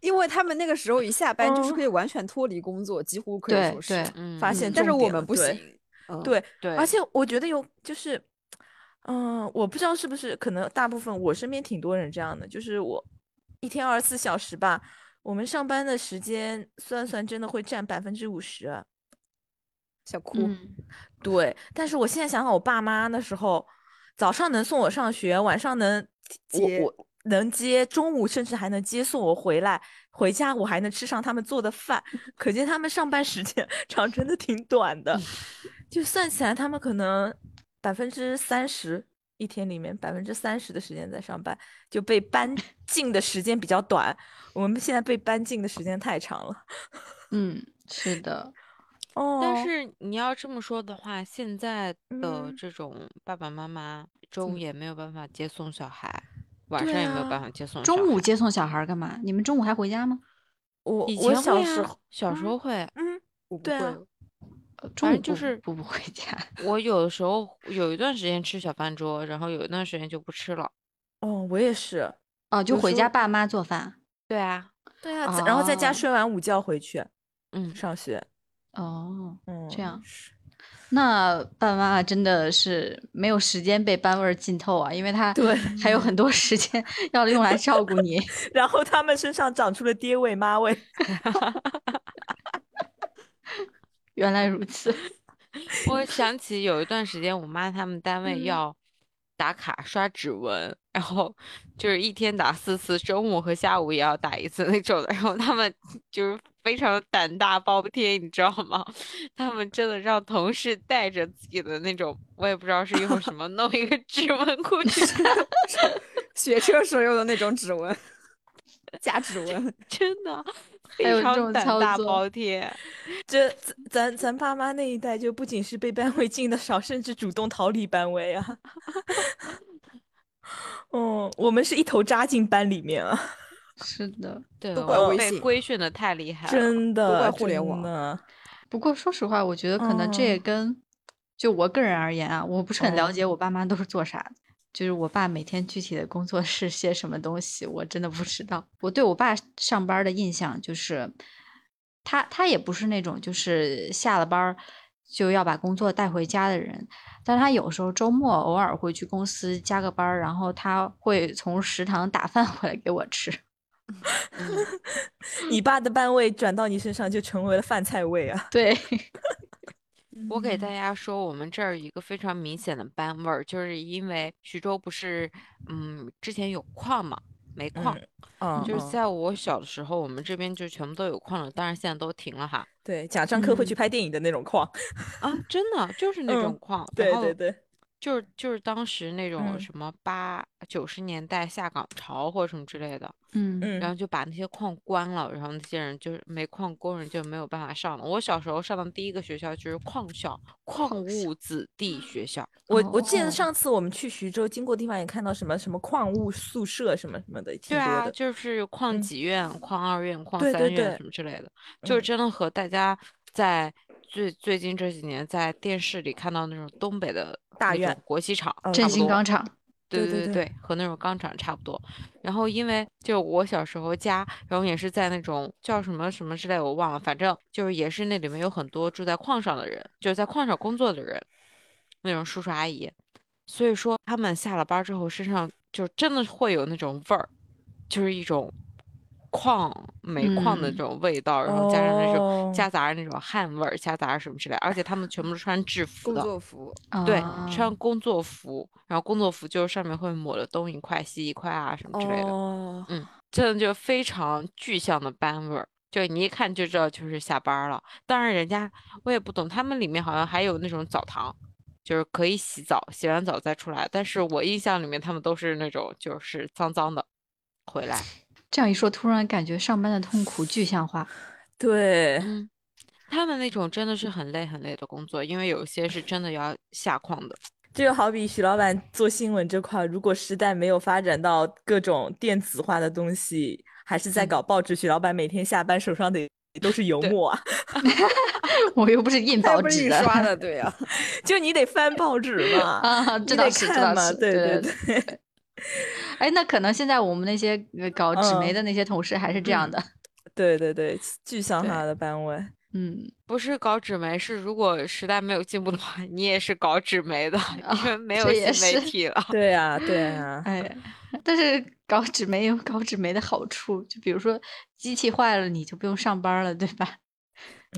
S6: 因为他们那个时候一下班就是
S3: 嗯
S6: 可以完全脱离工作，几乎可以
S4: 对
S6: 说是
S4: 对。，
S5: 嗯，
S3: 发
S5: 嗯
S3: 现
S6: 但是
S3: 重
S6: 我
S3: 点
S6: 们
S3: 了
S6: 不
S3: 对
S6: 行，嗯，
S3: 对，
S5: 对，
S3: 而且我觉得有就是，嗯、我不知道是不是可能大部分我身边挺多人这样的，就是我一天二十四小时吧，我们上班的时间算算真的会占百分之五十。
S6: 小哭，
S4: 嗯，
S3: 对，但是我现在想想，我爸妈那时候早上能送我上学，晚上能我
S6: 接
S3: 我能接，中午甚至还能接送我回来，回家我还能吃上他们做的饭，可见他们上班时间 [laughs] 长真的挺短
S5: [laughs]
S3: 的。就算起来，他们可能百分之三十一天里面百分之三十的时间在上班，就被搬进的时间比较短。我们现在被搬进的时间太长了。
S4: 嗯，是的，
S3: 哦，
S5: 但是你要这么说的话，现在的
S3: 嗯
S5: 这种爸爸妈妈中午也没有办法接送小孩，晚
S3: 对
S5: 上也没有
S3: 啊
S5: 办法接送小
S4: 中午
S5: 孩
S4: 接送小孩儿干嘛？你们中午还回家吗？
S3: 我
S5: 以
S3: 我
S5: 前
S3: 小
S5: 会
S3: 时
S5: 啊
S3: 候，
S5: 小
S3: 嗯
S5: 时候会，
S3: 嗯，
S6: 我不
S3: 对啊
S6: 会，
S4: 呃中
S5: 反
S4: 午
S5: 正就
S4: 不
S5: 是
S4: 不不回 [laughs] 家，
S5: 我有的时候有一段时间吃小饭桌，然后有一段时间就不吃了。
S3: 哦，我也是。
S4: 哦，就
S3: 有
S4: 回
S3: 时
S4: 家
S3: 候
S4: 爸妈做饭。
S5: 对啊，
S3: 对啊，在然后在家
S4: 哦
S3: 睡完午觉回去
S5: 嗯，
S3: 上学。
S4: 哦，
S3: 嗯， [laughs]
S4: 样
S3: 是
S4: 那爸妈真的是没有时间被班味儿浸透啊，因为他
S3: 对。
S4: 还有很多时间 [laughs] 要用来照 [laughs] 顾你。
S3: 然后他们身上长出了爹味妈味。
S4: 原来如此， [laughs]
S5: 我想起有一段时间，我妈他们单
S4: 嗯
S5: 位要打卡刷指纹，然后就是一天打四次，中午和下午也要打一次那种的。然后他们就是非常的胆大包天，你知道吗？他们真的让同事带着自己的那种，我也不知道是用什么弄一个指纹过去， [laughs]
S6: 学车时候用的那种指纹，假指纹。
S5: 真的非
S4: 有这
S5: 常
S4: 种
S5: 胆
S4: 操
S5: 大
S4: 作
S5: 包天。
S3: 这咱咱咱爸妈那一代就不仅是被班委禁的少，甚至主动逃离班委啊。 [laughs] 嗯，我们是一头扎进班里面啊，
S4: 是的。
S5: 对，
S6: 都
S5: 我
S6: 怪
S5: 们
S6: 微
S5: 被
S6: 信
S5: 规训的太厉害了。
S3: 真的，
S6: 怪互联
S3: 真
S6: 网
S3: 的
S4: 不过说实话，我觉得可能这也
S3: 嗯
S4: 跟、就我个人而言啊，我不是很了
S5: 嗯
S4: 解我爸妈都是做啥的。就是我爸每天具体的工作是些什么东西，我真的不知道。我对我爸上班的印象就是，他他也不是那种就是下了班儿就要把工作带回家的人，但是他有时候周末偶尔会去公司加个班儿，然后他会从食堂打饭回来给我吃。 [laughs]
S3: 你爸的班味转到你身上就成为了饭菜味啊！
S4: 对，
S5: 我给大家说，我们这儿一个非常明显的班味儿，就是因为徐州不是，嗯，之前有矿嘛，煤矿，
S3: 嗯，
S5: 就是
S3: 嗯
S5: 在我小的时候，我们这边就全部都有矿了，当然现在都停了哈。
S3: 对贾樟柯会去
S4: 嗯
S3: 拍电影的那种矿，
S5: 啊，真的就是那
S3: 嗯
S5: 种矿，
S3: 对
S5: 然后
S3: 对对，
S5: 就是就是当时那种
S3: 嗯
S5: 什么八九十年代下岗潮或者什么之类的，
S4: 嗯
S5: 然
S3: 嗯
S5: 后就把那些矿关了，然后那些人就是煤矿工人就没有办法上了。我小时候上的第一个学校就是矿校，矿物子弟学校。
S3: 我我记
S4: 哦
S3: 得上次我们去徐州经过地方也看到什么什么矿物宿舍什么什么的，挺
S5: 对
S3: 多
S5: 啊，
S3: 的。
S5: 就是矿
S3: 嗯
S5: 几院、矿二院、矿
S3: 对
S5: 三
S3: 对
S5: 院
S3: 对
S5: 什么之类的，就是
S3: 嗯
S5: 真的和大家在最最近这几年在电视里看到那种东北的
S3: 大
S5: 那种
S3: 院
S5: 国企厂
S3: 嗯
S5: 差
S4: 振
S5: 不
S4: 兴
S5: 多
S4: 钢厂，
S5: 对
S3: 对对
S5: 对
S3: 对
S5: 对，和那种钢厂差不多。然后因为就我小时候家，然后也是在那种叫什么什么之类，我忘了，反正就是也是那里面有很多住在矿上的人，就是在矿上工作的人，那种叔叔阿姨。所以说他们下了班之后身上就真的会有那种味儿，就是一种矿煤矿的
S4: 嗯
S5: 这种味道，然后加上那种
S3: 哦
S5: 夹杂着那种汗味儿，夹杂着什么之类，而且他们全部都穿制服
S6: 工
S5: 的。
S6: 作服，
S5: 对，
S4: 啊
S5: 穿工作服，然后工作服就是上面会抹了东一块西一块啊什么之类的，
S3: 哦，
S5: 真的就非常具象的班味儿，就你一看就知道就是下班儿了。当然，人家我也不懂，他们里面好像还有那种澡堂，就是可以洗澡，洗完澡再出来。但是我印象里面他们都是那种就是脏脏的回来，
S4: 这样一说，突然感觉上班的痛苦具象化。
S3: 对，
S5: 嗯，他们那种真的是很累很累的工作，因为有一些是真的要下矿的。
S3: 这就好比许老板做新闻这块儿，如果时代没有发展到各种电子化的东西，还是在
S5: 嗯
S3: 搞报纸，许老板每天下班手上的都是油
S5: 对
S3: 墨啊，
S4: [laughs] 我又不是印
S6: 它
S4: 报
S6: 又不是
S4: 纸
S6: 印
S4: 的
S6: 刷 [laughs] 的，对呀。
S3: 就你得翻报纸嘛，
S4: [laughs] 啊，
S3: 你
S4: 这
S3: 得
S4: 倒是，这
S3: 看
S4: 倒
S3: 嘛，
S4: 是，
S3: 对
S4: 对
S3: 对。
S4: 对。哎，那可能现在我们那些呃搞纸媒
S3: 嗯
S4: 的那些同事还是这样
S3: 嗯
S4: 的，
S3: 对对对，具象
S4: 对
S3: 化的班委。
S4: 嗯，
S5: 不是搞纸媒，是如果时代没有进步的话，你也是搞纸媒的，因为没
S4: 这
S5: 有
S4: 也
S5: 新媒
S4: 是
S5: 体了。
S3: 对啊，对啊，
S4: 哎， [laughs] 但是搞纸媒有搞纸媒的好处，就比如说机器坏了，你就不用上班了，对吧？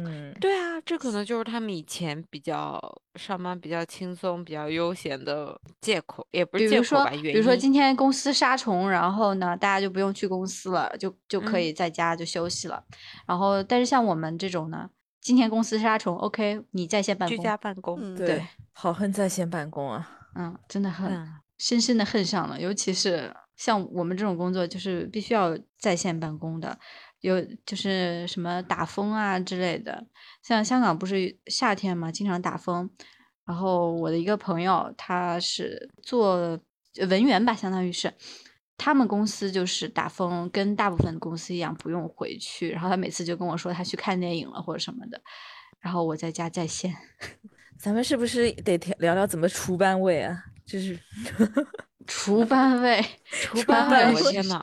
S3: 嗯，
S5: [laughs] 对啊，这可能就是他们以前比较上班比较轻松、比较悠闲的借口，也不
S4: 比
S5: 是借
S4: 如
S5: 口
S4: 说，
S5: 吧，
S4: 比
S5: 原
S4: 如说
S5: 因。
S4: 今天公司杀虫，然后呢，大家就不用去公司了，就就可
S5: 嗯
S4: 以在家就休息了。然后，但是像我们这种呢，今天公司杀虫，OK，你在线办
S5: 居
S4: 公，
S5: 家办公，
S6: 嗯，
S3: 对，好恨在线办公啊。
S4: 嗯，真的很、
S5: 嗯，
S4: 深深的恨上了，尤其是像我们这种工作，就是必须要在线办公的，有就是什么打风啊之类的。像香港不是夏天嘛，经常打风。然后我的一个朋友，他是做呃文员吧，相当于是，他们公司就是打风，跟大部分公司一样不用回去。然后他每次就跟我说他去看电影了或者什么的，然后我在家在线。
S3: 咱们是不是得聊聊聊怎么除班委啊？就是，
S4: 除班位，除
S5: 班
S3: 位
S4: 位，
S3: 我
S5: 天呐，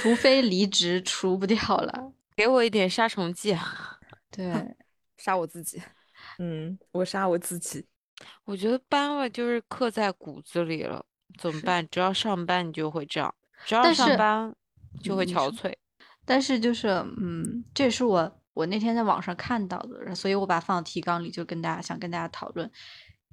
S4: 除非离职，除不掉了。
S5: 给我一点杀虫剂啊。
S4: 对，
S6: 杀我自己。
S3: 嗯，我杀我自己。
S5: 我觉得班味就是刻在骨子里了，怎么办？只要上班你就会这样，只要
S4: 但
S5: 上
S4: 是
S5: 班就会
S4: 嗯你
S5: 憔
S4: 说
S5: 悴。
S4: 但是就是，嗯，这也是我我那天在网上看到的，然后所以我把它放到提纲里，就跟大家想跟大家讨论，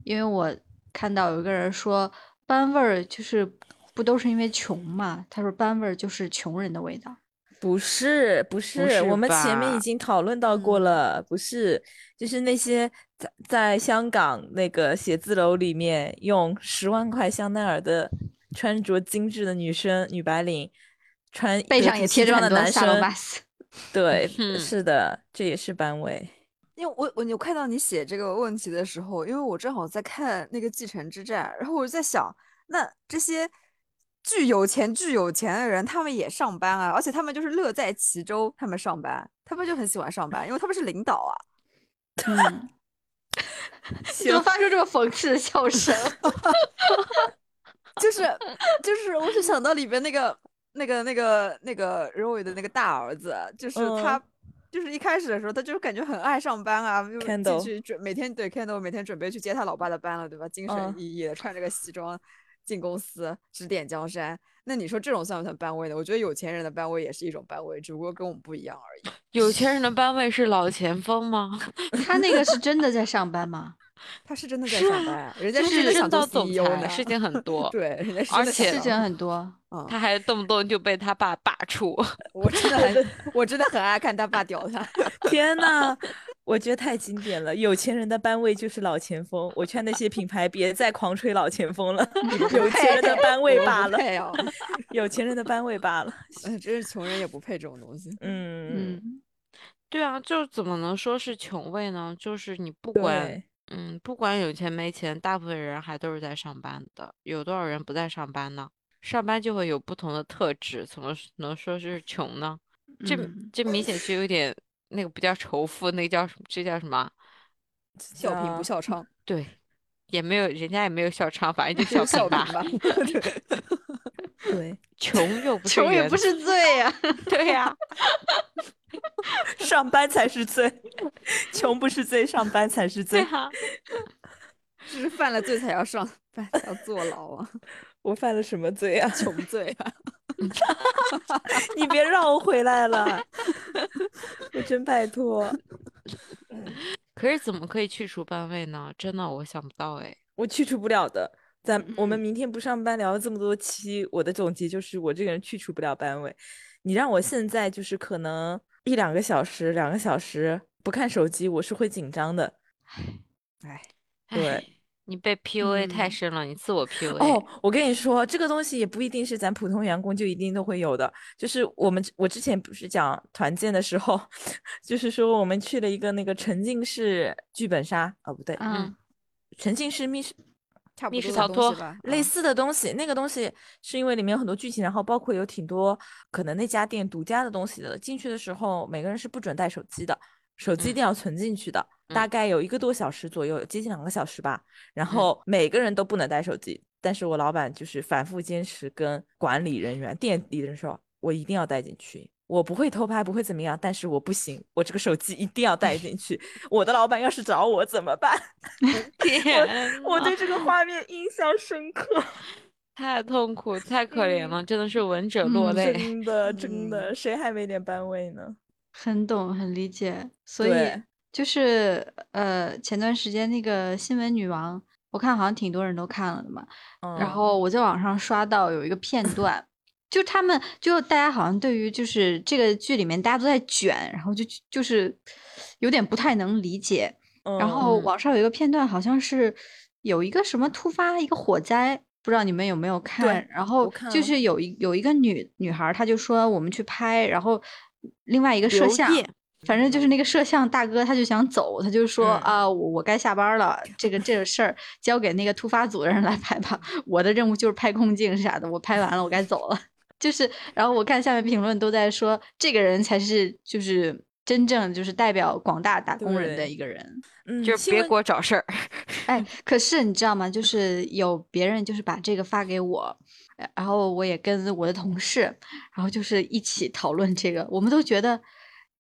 S4: 因为我看到有一个人说班味儿就是不都是因为穷嘛？他说班味儿就是穷人的味道。
S3: 不是不是，嗯
S5: 是
S3: 我们前面
S5: 吧
S3: 已经讨论到过了，不是，就是那些在在香港那个写字楼里面用十万块香奈儿的穿着精致的女生女白领，穿
S4: 背
S3: 得
S4: 上
S3: 体
S4: 也
S3: 西
S4: 贴着
S3: 装
S4: 很
S3: 的
S4: 多
S3: 男
S4: 萨洛
S3: 生
S4: 巴斯， [laughs]
S3: 对，
S5: 嗯
S3: 是的，这也是班委。
S6: 因为我我有看到你写这个问题的时候，因为我正好在看那个《继承之战》，然后我就在想，那这些巨有钱、巨有钱的人，他们也上班啊，而且他们就是乐在其中，他们上班，他们就很喜欢上班，因为他们是领导啊。 [laughs]
S4: 嗯，怎么发出这么讽刺的笑声？
S6: 就是就是，我就想到里边那个那个那个那个任伟的那个大儿子，就是他，
S3: 嗯
S6: 就是一开始的时候，他就是感觉很爱上班啊，就进
S3: Kendall
S6: 去准每天对 Kendall 每天准备去接他老爸的班了，对吧？精神
S3: 嗯
S6: 奕奕的，穿着个西装进公司，指点江山。那你说这种算不算班位呢？我觉得有钱人的班位也是一种班位，只不过跟我们不一样而已。
S5: 有钱人的班位是老前锋吗？
S4: 他那个是真的在上班吗？
S6: 他是真的在
S5: 是
S6: 上
S5: 啊
S6: 班啊，人家
S5: 就是
S6: 真的想
S5: 任
S6: 做
S5: 到总
S6: CEO
S5: 裁
S6: 呢，
S5: 事情很多，
S6: 对，人家是
S5: 而
S6: 真的
S5: 且
S4: 事
S6: 想当
S4: 情很多，
S6: 嗯
S5: 他还动不动就被他爸罢 [laughs] 黜。
S6: 我真的很，我真的很爱看他爸屌他。
S3: 天呐，我觉得太经典了！有钱人的班位就是老前锋，我劝那些品牌别再狂吹老前锋了，
S6: 嗯
S3: 有钱人的班位
S6: 我
S3: 罢
S6: 不
S3: 了，
S6: 配啊
S3: 有钱人的班位罢了。
S6: 哎真是穷人也不配这种东西。
S3: 嗯，
S4: 嗯，
S5: 对啊，就怎么能说是穷位呢？就是你不管，
S3: 对
S5: 嗯，不管有钱没钱，大部分人还都是在上班的。有多少人不在上班呢？上班就会有不同的特质，怎么是能说是穷呢？这
S4: 嗯
S5: 这明显是有点那个不叫仇富，那个叫什么？这叫什么啊？
S6: 笑贫不
S3: 像
S6: 笑娼，
S5: 对，也没有人家也没有笑娼，反正
S6: 就
S5: 就是
S6: 笑
S5: [laughs] 笑贫吧
S6: 贫。吧。 [laughs] 对
S3: 对，
S5: 穷又不是
S4: 穷也
S5: 人
S4: 不是罪呀、
S5: 对呀、
S3: 上班才是罪，穷不是罪，上班才是
S5: [laughs] 对啊
S3: 罪。
S5: 呀、
S6: 就是犯了罪才要上班，才要坐牢啊， [laughs]
S3: 我犯了什么罪啊？ [laughs]
S6: 穷罪啊。
S3: 你别让我回来了， [laughs] 我真拜托。
S5: 可是怎么可以去除班位呢？真的我想不到哎。
S3: 我去除不了的。咱我们明天不上班聊了这么多期，我的总结就是我这个人去除不了班委。你让我现在就是可能一两个小时、两个小时不看手机，我是会紧张的。对
S5: 唉，你被 PUA 太
S4: 嗯
S5: 深了，你自我 PUA。
S3: [laughs] 哦，我跟你说，这个东西也不一定是咱普通员工就一定都会有的。就是我们我之前不是讲团建的时候， [laughs] 就是说我们去了一个那个沉浸式剧本杀，哦不对，
S4: [laughs] 嗯，
S3: 沉浸式密室
S6: 差不
S5: 密
S6: 多
S5: 室
S6: 的
S5: 逃
S6: 东
S5: 脱
S6: 西吧，
S3: 类
S6: 嗯
S3: 似的东西，那个东西是因为里面有很多剧情，然后包括有挺多可能那家店独家的东西的。进去的时候，每个人是不准带手机的，手机一
S5: 嗯
S3: 定要存进去的，大概有一个多小时左右，接近两个小时吧。然
S5: 嗯
S3: 后每个人都不能带手机，但是我老板就是反复坚持跟管理人员、店里人说，我一定要带进去。我不会偷拍，不会怎么样，但是我不行，我这个手机一定要带进去。我的老板要是找我怎么办？ [laughs]
S5: 天
S3: 我
S5: 呐
S3: 对这个画面印象深刻。
S5: 太痛苦，太可怜了，真的是闻者
S4: 嗯
S5: 落泪。
S3: 真的，真
S6: 嗯
S3: 的，谁还没点班味呢？
S4: 很懂，很理解，所以
S3: 对
S4: 就是呃，前段时间那个新闻女王，我看好像挺多人都看了的嘛。然
S3: 嗯
S4: 后我在网上刷到有一个片 [laughs] 段，就他们就大家好像对于就是这个剧里面大家都在卷，然后就就是有点不太能理解。然
S3: 嗯
S4: 后
S5: 嗯
S4: 网上有一个片段，好像是有一个什么突发一个火灾，不知道你们有没有看？然后
S3: 我看
S4: 就
S3: 了
S4: 是有一有一个女女孩儿，她就说我们去拍，然后另外一个摄
S5: 刘
S4: 像
S5: 烨。
S4: 反正就是那个摄像大哥，他就想走，他就说
S3: 嗯
S4: 啊，我我该下班
S3: [laughs]
S4: 了，这个这个事儿交给那个突发组的人来拍吧， [laughs] 我的任务就是拍空镜啥的，我拍完了，我该走了。 [laughs] 就是，然后我看下面评论都在说，这个人才是就是真正就是代表广大打工人的
S3: 对
S4: 一个人。
S3: 嗯，
S5: 就是
S3: 新
S5: 别
S3: 闻
S5: 给我找事儿，
S4: 哎，可是你知道吗？就是有别人就是把这个发给我，呃然后我也跟我的同事，然后就是一起讨论这个，我们都觉得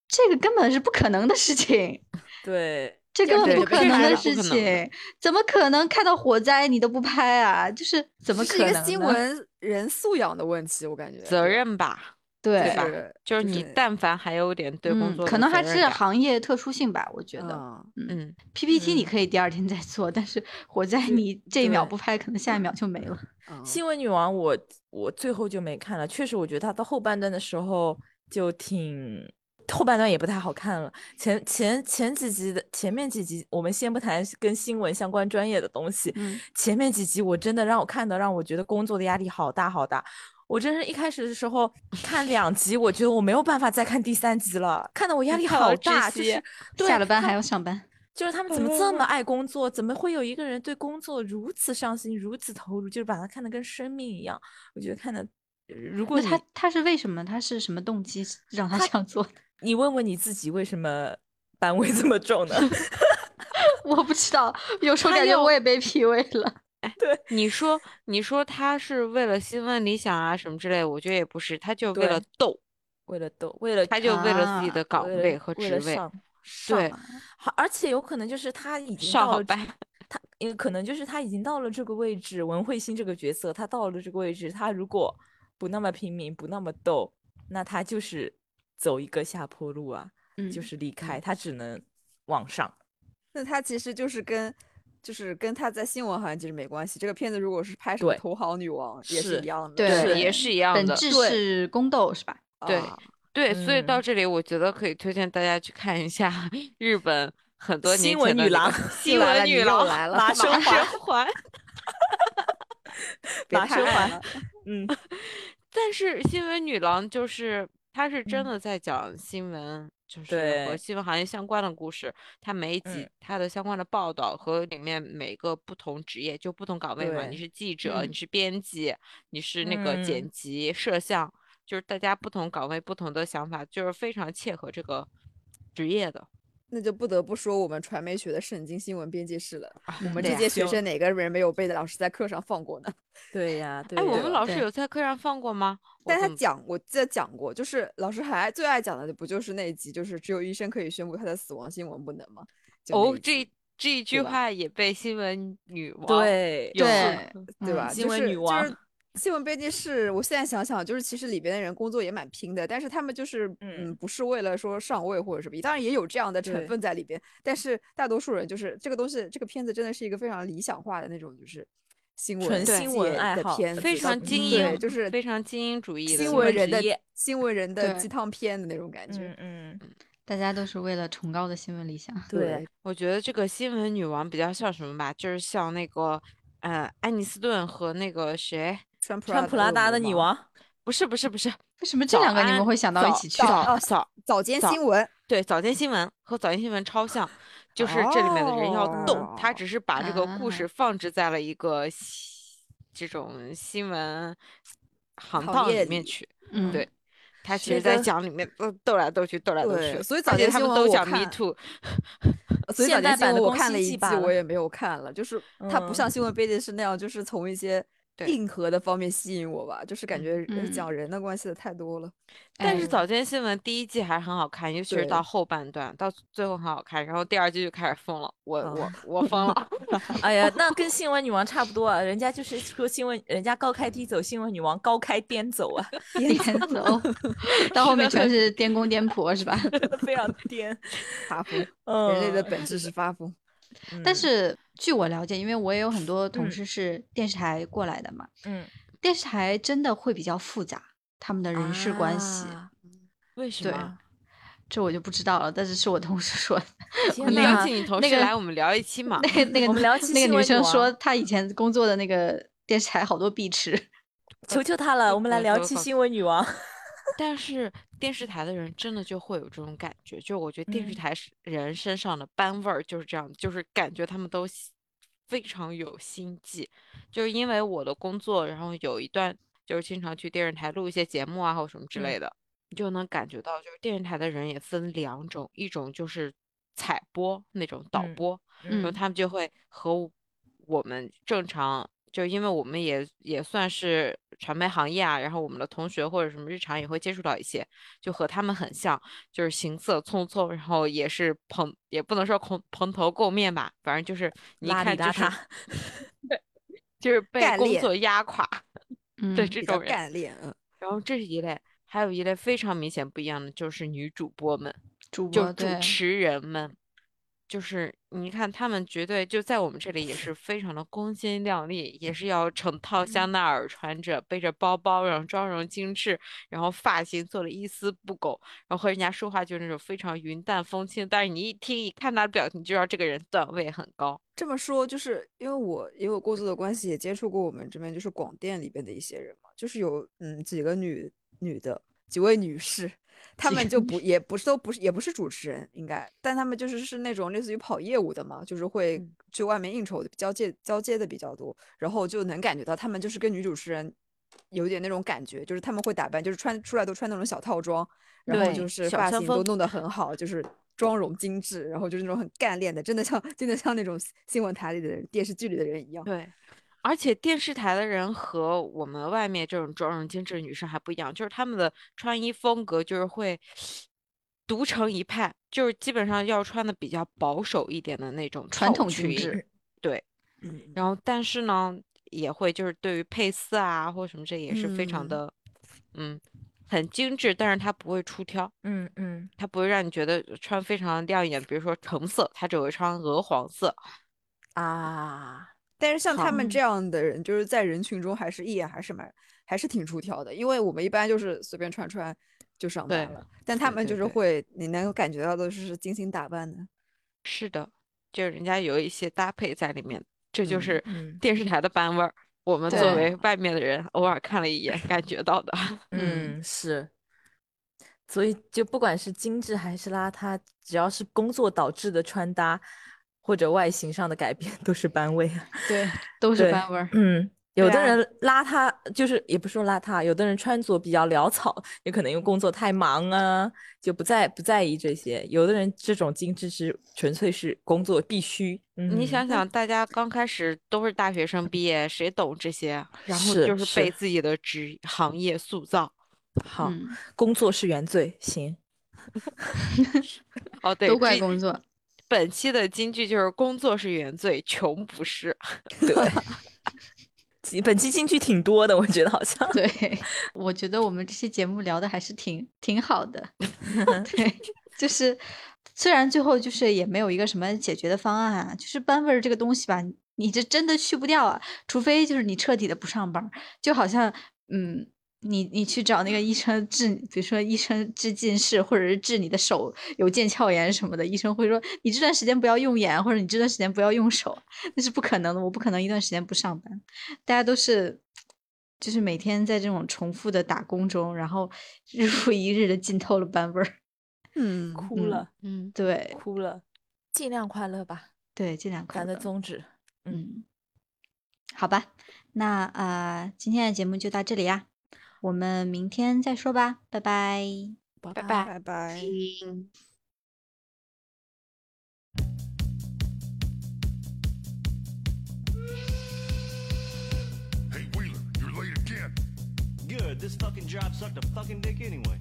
S4: 这个根本是不可能的事情。
S3: 对，
S4: 这
S6: 这
S4: 根
S6: 样
S4: 本
S6: 子
S4: 不
S6: 就
S4: 可
S6: 被
S4: 能
S6: 拍
S4: 的
S6: 了
S4: 事
S5: 不可能
S4: 情，怎么可能看到火灾你都不拍啊？就是怎么
S6: 这
S4: 可能
S6: 是一
S4: 呢？
S6: 个新闻人素养的问题，我感觉
S5: 责任吧。
S4: 对
S5: 对吧
S6: 是
S5: 就是
S6: 就
S5: 你
S6: 是
S5: 但凡还有点对工
S4: 嗯，
S5: 作
S4: 可
S5: 的
S4: 能
S5: 责
S4: 还
S5: 任
S4: 是
S5: 感
S4: 行业特殊性吧，我觉得。
S6: 嗯，
S5: 嗯，
S4: PPT 你
S6: 嗯
S4: 可以第二天再做，但是火灾你这一秒
S6: 对
S4: 不拍，可能下一秒就没了。
S6: 嗯
S3: 新闻女王我我最后就没看了，确实我觉得她到后半段的时候就挺后半段也不太好看了。前前前几集的前面几集，我们先不谈跟新闻相关专业的东西，
S4: 嗯，
S3: 前面几集我真的让我看的让我觉得工作的压力好大好大。我真是一开始的时候看两集，我觉得我没有办法再看第三集了，看得我压力
S5: 看到
S3: 好
S5: 窒
S3: 大，就
S5: 息
S3: 是对
S4: 下了班
S3: 他
S4: 还要上班。
S3: 就是他们怎么这么爱工作？怎么会有一个人对工作如此上心、如此投入？就是把它看得跟生命一样。我觉得看的，如果
S4: 那
S3: 你
S4: 他他是为什么？他是什么动机让他
S3: 他
S4: 这样做的？
S3: 你问问你自己，为什么 [laughs] 班味这么重呢？
S4: [laughs]
S3: [laughs]
S4: 我不知道，有时候
S5: 他
S4: 感觉
S5: 又
S4: 我也被 PUA 了。
S5: 你说你说他是为了新闻理想啊什么之类，我觉得也不是，他就为了
S3: 对
S5: 斗，
S3: 为了斗，为了
S5: 他就为了自己
S4: 啊
S5: 的岗
S3: 为了
S5: 位和
S3: 为
S5: 职
S3: 了
S5: 位，
S3: 上
S5: 对
S4: 上啊
S3: 好，而且有可能就是他已经
S5: 上
S3: 到
S5: 好
S3: 了这
S5: 班，
S3: 他也可能就是他已经到了这个位置，文慧星这个角色，他到了这个位置，他如果不那么拼命，不那么斗，那他就是走一个下坡路啊，
S4: [laughs] 嗯，
S3: 就是离开，他只能往上。
S6: 那他其实就是跟，就是跟他在新闻行业其实没关系。这个片子如果是拍什么《
S3: 对
S6: 投行女王》也是
S3: 是
S6: 一样的，
S4: 对
S5: 对，也是一样
S4: 本
S5: 的，
S4: 质
S3: 对
S4: 是宫斗是吧？
S5: 对
S6: 啊
S5: 对，所以
S3: 嗯
S5: 到这里，我觉得可以推荐大家去看一下 [laughs] 日本很多年
S3: 新
S5: 前
S3: 闻
S5: 的
S3: 女
S5: 那
S3: 郎
S5: 个新
S6: 又来
S5: 闻
S6: 了你
S5: 女
S6: 又
S5: 郎
S6: 来了
S5: 马
S6: 马
S5: 生
S6: 生
S5: 环。
S6: 别
S3: 马
S6: 太
S3: 修
S6: 爱
S3: 华
S6: 了
S3: 嗯，
S5: 但是新闻女郎就是她是真
S4: 嗯
S5: 的在讲新闻，就是和
S3: 对
S5: 新闻行业相关的故事。她每一集
S3: 嗯
S5: 她的相关的报道和里面每个不同职业就不同岗位嘛，你
S3: 对
S5: 是记者，你
S4: 嗯
S5: 是编辑，你是那个剪
S3: 嗯
S5: 辑、摄像，就是大家不同岗位不同的想法，就是非常切合这个职业的。
S6: 那就不得不说我们传媒学的圣经新闻编辑室了。
S5: 啊
S6: 我
S4: 对
S6: 们这
S4: 呀
S6: 届学
S3: 就
S6: 生哪个人没有被老师在课上放过呢？
S3: 对呀，对
S5: 哎，我
S3: 呀
S5: 们老师
S4: 对
S5: 有在课上放过吗？我
S6: 但他
S5: 怎么
S6: 讲，我记得讲过，就是老师还爱最爱讲的不就是那一集，就是只有医生可以宣布他的死亡新闻不能吗？就那
S5: 哦
S6: 一，
S5: 这
S6: 集
S5: 这一句
S6: 吧
S5: 话也被新闻女王
S3: 对
S5: 有
S4: 对
S6: 对
S4: 嗯
S6: 吧？
S3: 新
S6: 就
S3: 闻
S6: 是
S3: 女
S6: 就是
S3: 王
S6: 新闻编辑室，我现在想想，就是其实里边的人工作也蛮拼的，但是他们就是嗯
S3: 嗯
S6: 不是为了说上位或者什么，当然也有这样的成
S3: 对
S6: 分在里边，但是大多数人就是这个东西，这个片子真的是一个非常理想化的那种，就是新
S3: 纯
S6: 闻
S3: 新闻
S6: 界
S3: 爱
S6: 的
S3: 好
S6: 片子，
S5: 非
S6: 到
S5: 常
S6: 底
S5: 精
S6: 对
S5: 英，
S6: 就是
S5: 非常精英主义的
S6: 新
S5: 那
S6: 闻
S5: 种
S6: 人
S5: 职
S6: 的
S5: 业
S6: 新闻人的
S4: 对
S6: 鸡汤片的那种感觉。
S3: 嗯嗯，
S4: 大家都是为了崇高的新闻理想。
S3: 对，
S5: 我觉得这个新闻女王比较像什么吧，就是像那个，呃，安妮斯顿和那个谁，
S6: 穿普
S3: 穿普拉达的女，王，
S5: 不是不是不是，
S4: 为什么这
S5: 早
S4: 两个你们
S5: 安
S4: 会想到一
S5: 早
S4: 起去？
S5: 早
S6: 哦
S5: 早
S6: 早间
S5: 早
S6: 新闻，
S5: 对早间新闻和早间新闻超像，就是这里面的人要动，他
S6: 哦
S5: 只是把这个故事
S4: 啊
S5: 放置在了一个新这种新闻行
S6: 行
S5: 当
S6: 业
S5: 里面
S6: 里
S5: 去，
S4: 嗯，
S5: 对他其
S6: 那
S5: 实在
S6: 个
S5: 讲里面呃斗来斗去，斗来斗
S6: 对
S5: 去，
S6: 所以
S5: 而
S6: 早
S5: 且
S6: 间
S5: 他
S6: 新
S5: 们
S6: 闻
S5: 都
S6: 我
S5: 讲 Me
S6: 看
S5: Too，
S6: 所
S3: 现
S6: 以早间
S3: 代
S6: 新
S3: 版
S6: 闻
S3: 的
S6: 我
S3: 宫
S6: 看
S3: 西
S6: 了一
S3: 记
S6: 季
S3: 罢，
S6: 我
S3: 了
S6: 也没有看了，就是它不像
S3: 嗯
S6: 新闻背景是那样，就是从一些
S5: 对
S6: 硬核的方面吸引我吧，就是感
S5: 嗯
S6: 觉呃
S4: 嗯
S6: 讲人的关系的太多了。
S5: 但
S4: 哎
S5: 是早间新闻第一季还是很好看，尤其是到
S6: 对
S5: 后半段，到最后很好看，然后第二季就开始疯了，我我
S6: 啊
S5: 我疯了， [laughs]
S3: 哎呀，那跟新闻女王差不多啊，人家就是说新闻，人家高开低走，新闻女王高开颠走啊， [laughs]
S4: 颠走， [laughs] 到后面全 [laughs] 是颠公颠婆是吧？
S3: 非常颠。
S6: 发 [laughs] 疯，
S3: 嗯，
S6: 人类的本质 [laughs] 是发疯。
S4: 但
S3: 嗯
S4: 是据我了解，因为我也有很多同
S3: 嗯
S4: 事是电视台过来的嘛，
S3: 嗯，
S4: 电视台真的会比较复杂，他们的人事关系，
S3: 啊
S5: 为什
S4: 对
S5: 么？
S4: 这我就不知道了。但是是我同事说的，
S3: 天
S5: 你
S4: 那
S5: 邀
S3: 哪
S4: 个！
S5: 请你同
S4: 那
S5: 事
S4: 个
S5: 来我们聊一期嘛
S4: 那，个 [laughs] 那个
S3: 我们聊一期
S4: 那
S3: 新
S4: 个女
S3: 闻
S4: 生
S3: 女王
S4: 说，她以前工作的那个电视台好多壁纸，
S3: 求求她了，我们来
S5: 我
S3: 聊
S5: 我
S3: 期
S5: 告诉
S3: 新闻女王。
S5: 但是电视台的人真的就会有这种感觉，就是我觉得电视
S3: 嗯
S5: 台是人身上的班味儿就是这样，就是感觉他们都心非常有心计，就是因为我的工作，然后有一段就是经常去电视台录一些节目啊，或什么之
S3: 嗯
S5: 类的，你就能感觉到，就是电视台的人也分两种，一种就是采播那种导
S3: 嗯
S5: 播，然后
S4: 嗯
S5: 他们就会和我我们正常，就因为我们也也算是传媒行业啊，然后我们的同学或者什么日常也会接触到一些，就和他们很像，就是行色匆匆，然后也是蓬，也不能说蓬蓬头垢面吧，反正就是你一
S3: 邋
S5: 看
S3: 里
S5: 就
S3: 邋
S5: 是
S3: 遢，
S5: 就是被
S6: 干
S5: 工
S6: 练
S5: 作压垮
S4: 嗯
S5: 的这
S6: 比较
S5: 种人，
S6: 干练，嗯，
S5: 然后这是一类，还有一类非常明显不一样的就是女主播们，
S4: 主
S5: 就
S4: 播
S5: 是主
S4: 对，
S5: 持人们，就是你看他们绝对就在我们这里也是非常的光鲜亮丽，也是要整
S4: 嗯
S5: 套香奈儿穿着，背着包包，然后妆容精致，然后发型做的一丝不苟，然后和人家说话就是那种非常云淡风轻，但是你一听一看他的表情就知道这个人段位很高。
S6: 这么说，就是因为我因为我工作的关系，也接触过我们这边就是广电里边的一些人嘛，就是有嗯几个女女的几位女士，她
S4: 几
S6: 们
S4: 个
S6: 就不也不是都不是也不是主持人，应该，但她们就是是那种类似于跑业务的嘛，就是会
S5: 嗯
S6: 去外面应酬的交接交接的比较多，然后就能感觉到她们就是跟女主持人有点那种感觉，就是她们会打扮，就是穿出来都穿那种小套装，然后就
S5: 对
S6: 是
S5: 小
S6: 发
S5: 香
S6: 型都
S5: 风
S6: 弄得很好，就是妆容精致，然后就是那种很干练的，真的像真的像那种新闻台里的人、电视剧里的人一样。
S5: 对，而且电视台的人和我们外面这种妆容精致的女生还不一样，就是她们的穿衣风格就是会独成一派，就是基本上要穿的比较保守一点的那种
S4: 传
S5: 套
S4: 统精
S5: 裙
S4: 致，
S5: 对，
S6: 嗯，
S5: 然后但是呢，也会就是对于配色啊或什么这也是非常
S6: 嗯
S5: 的，嗯，很精致，但是它不会出挑。
S3: 嗯嗯，
S5: 它不会让你觉得穿非常亮眼，比如说橙色，它只会穿鹅黄色。
S6: 啊。但是像他们这样的人，就是在人群中还是一眼还是蛮还是挺出挑的，因为我们一般就是随便穿穿就上班
S5: 对
S6: 了，但他
S5: 对
S6: 们
S5: 对
S6: 就是
S5: 对
S6: 会你能够感觉到的是精心打扮的。
S5: 是的，就是人家有一些搭配在里面，这就
S6: 嗯
S5: 是
S3: 嗯
S5: 电视台的班味儿。我们作
S4: 对
S5: 为外面的人，偶尔看了一眼，感
S4: [laughs]
S5: 觉到的。
S6: 嗯
S3: 嗯，是。所以，就不管是精致还是邋遢，只要是工作导致的穿搭或者外形上的改变，都是班味啊。
S4: 对，都是
S3: 对
S4: 班味儿。
S3: 嗯，有
S6: 对
S3: 的
S6: 啊
S3: 人邋遢，就是也不说邋遢，有的人穿着比较潦草，也可能因为工作太忙啊，就不在不在意这些。有的人这种精致是纯粹是工作必须。
S5: 你
S3: 嗯，
S5: 想想，大家刚开始都是大学生毕业，谁懂这些？啊然后
S3: 是
S5: 就是被
S3: 是
S5: 自己的职行业塑造。
S3: 好，
S4: 嗯，
S3: 工作是原罪，
S6: [laughs]
S3: 行。
S5: 哦，对，
S4: 都怪
S5: 这
S4: 工作。
S5: 本期的金句就是“工作是原罪，穷不是
S3: 对， [laughs] 其本期金句挺多的，我觉得好像。 [laughs]
S4: 对，我觉得我们这期节目聊的还是挺挺好的。 [laughs] 对，就是虽然最后就是也没有一个什么解决的方案啊，就是班味儿这个东西吧，你这真的去不掉啊，除非就是你彻底的不上班儿，就好像嗯。你你去找那个医生治，比如说医生治近视，或者是治你的手有腱鞘炎什么的，医生会说你这段时间不要用眼，或者你这段时间不要用手，那是不可能的。我不可能一段时间不上班，大家都是就是每天在这种重复的打工中，然后 [laughs] 日复一日的浸透了班味儿。
S6: 嗯，
S3: 哭
S4: 嗯
S3: 了，”。
S5: 嗯，
S4: 对
S3: 哭了，尽量快乐吧，
S4: 对，尽量快
S3: 咱的
S4: 乐。
S3: 宗旨。
S4: 嗯，好吧，那呃，今天的节目就到这里呀，我们明天再说吧，拜拜。
S3: 拜
S5: 拜
S6: 拜拜。
S5: 听。
S7: Hey, Wheeler, you're late again.
S8: Good, this fucking job sucked a fucking dick anyway.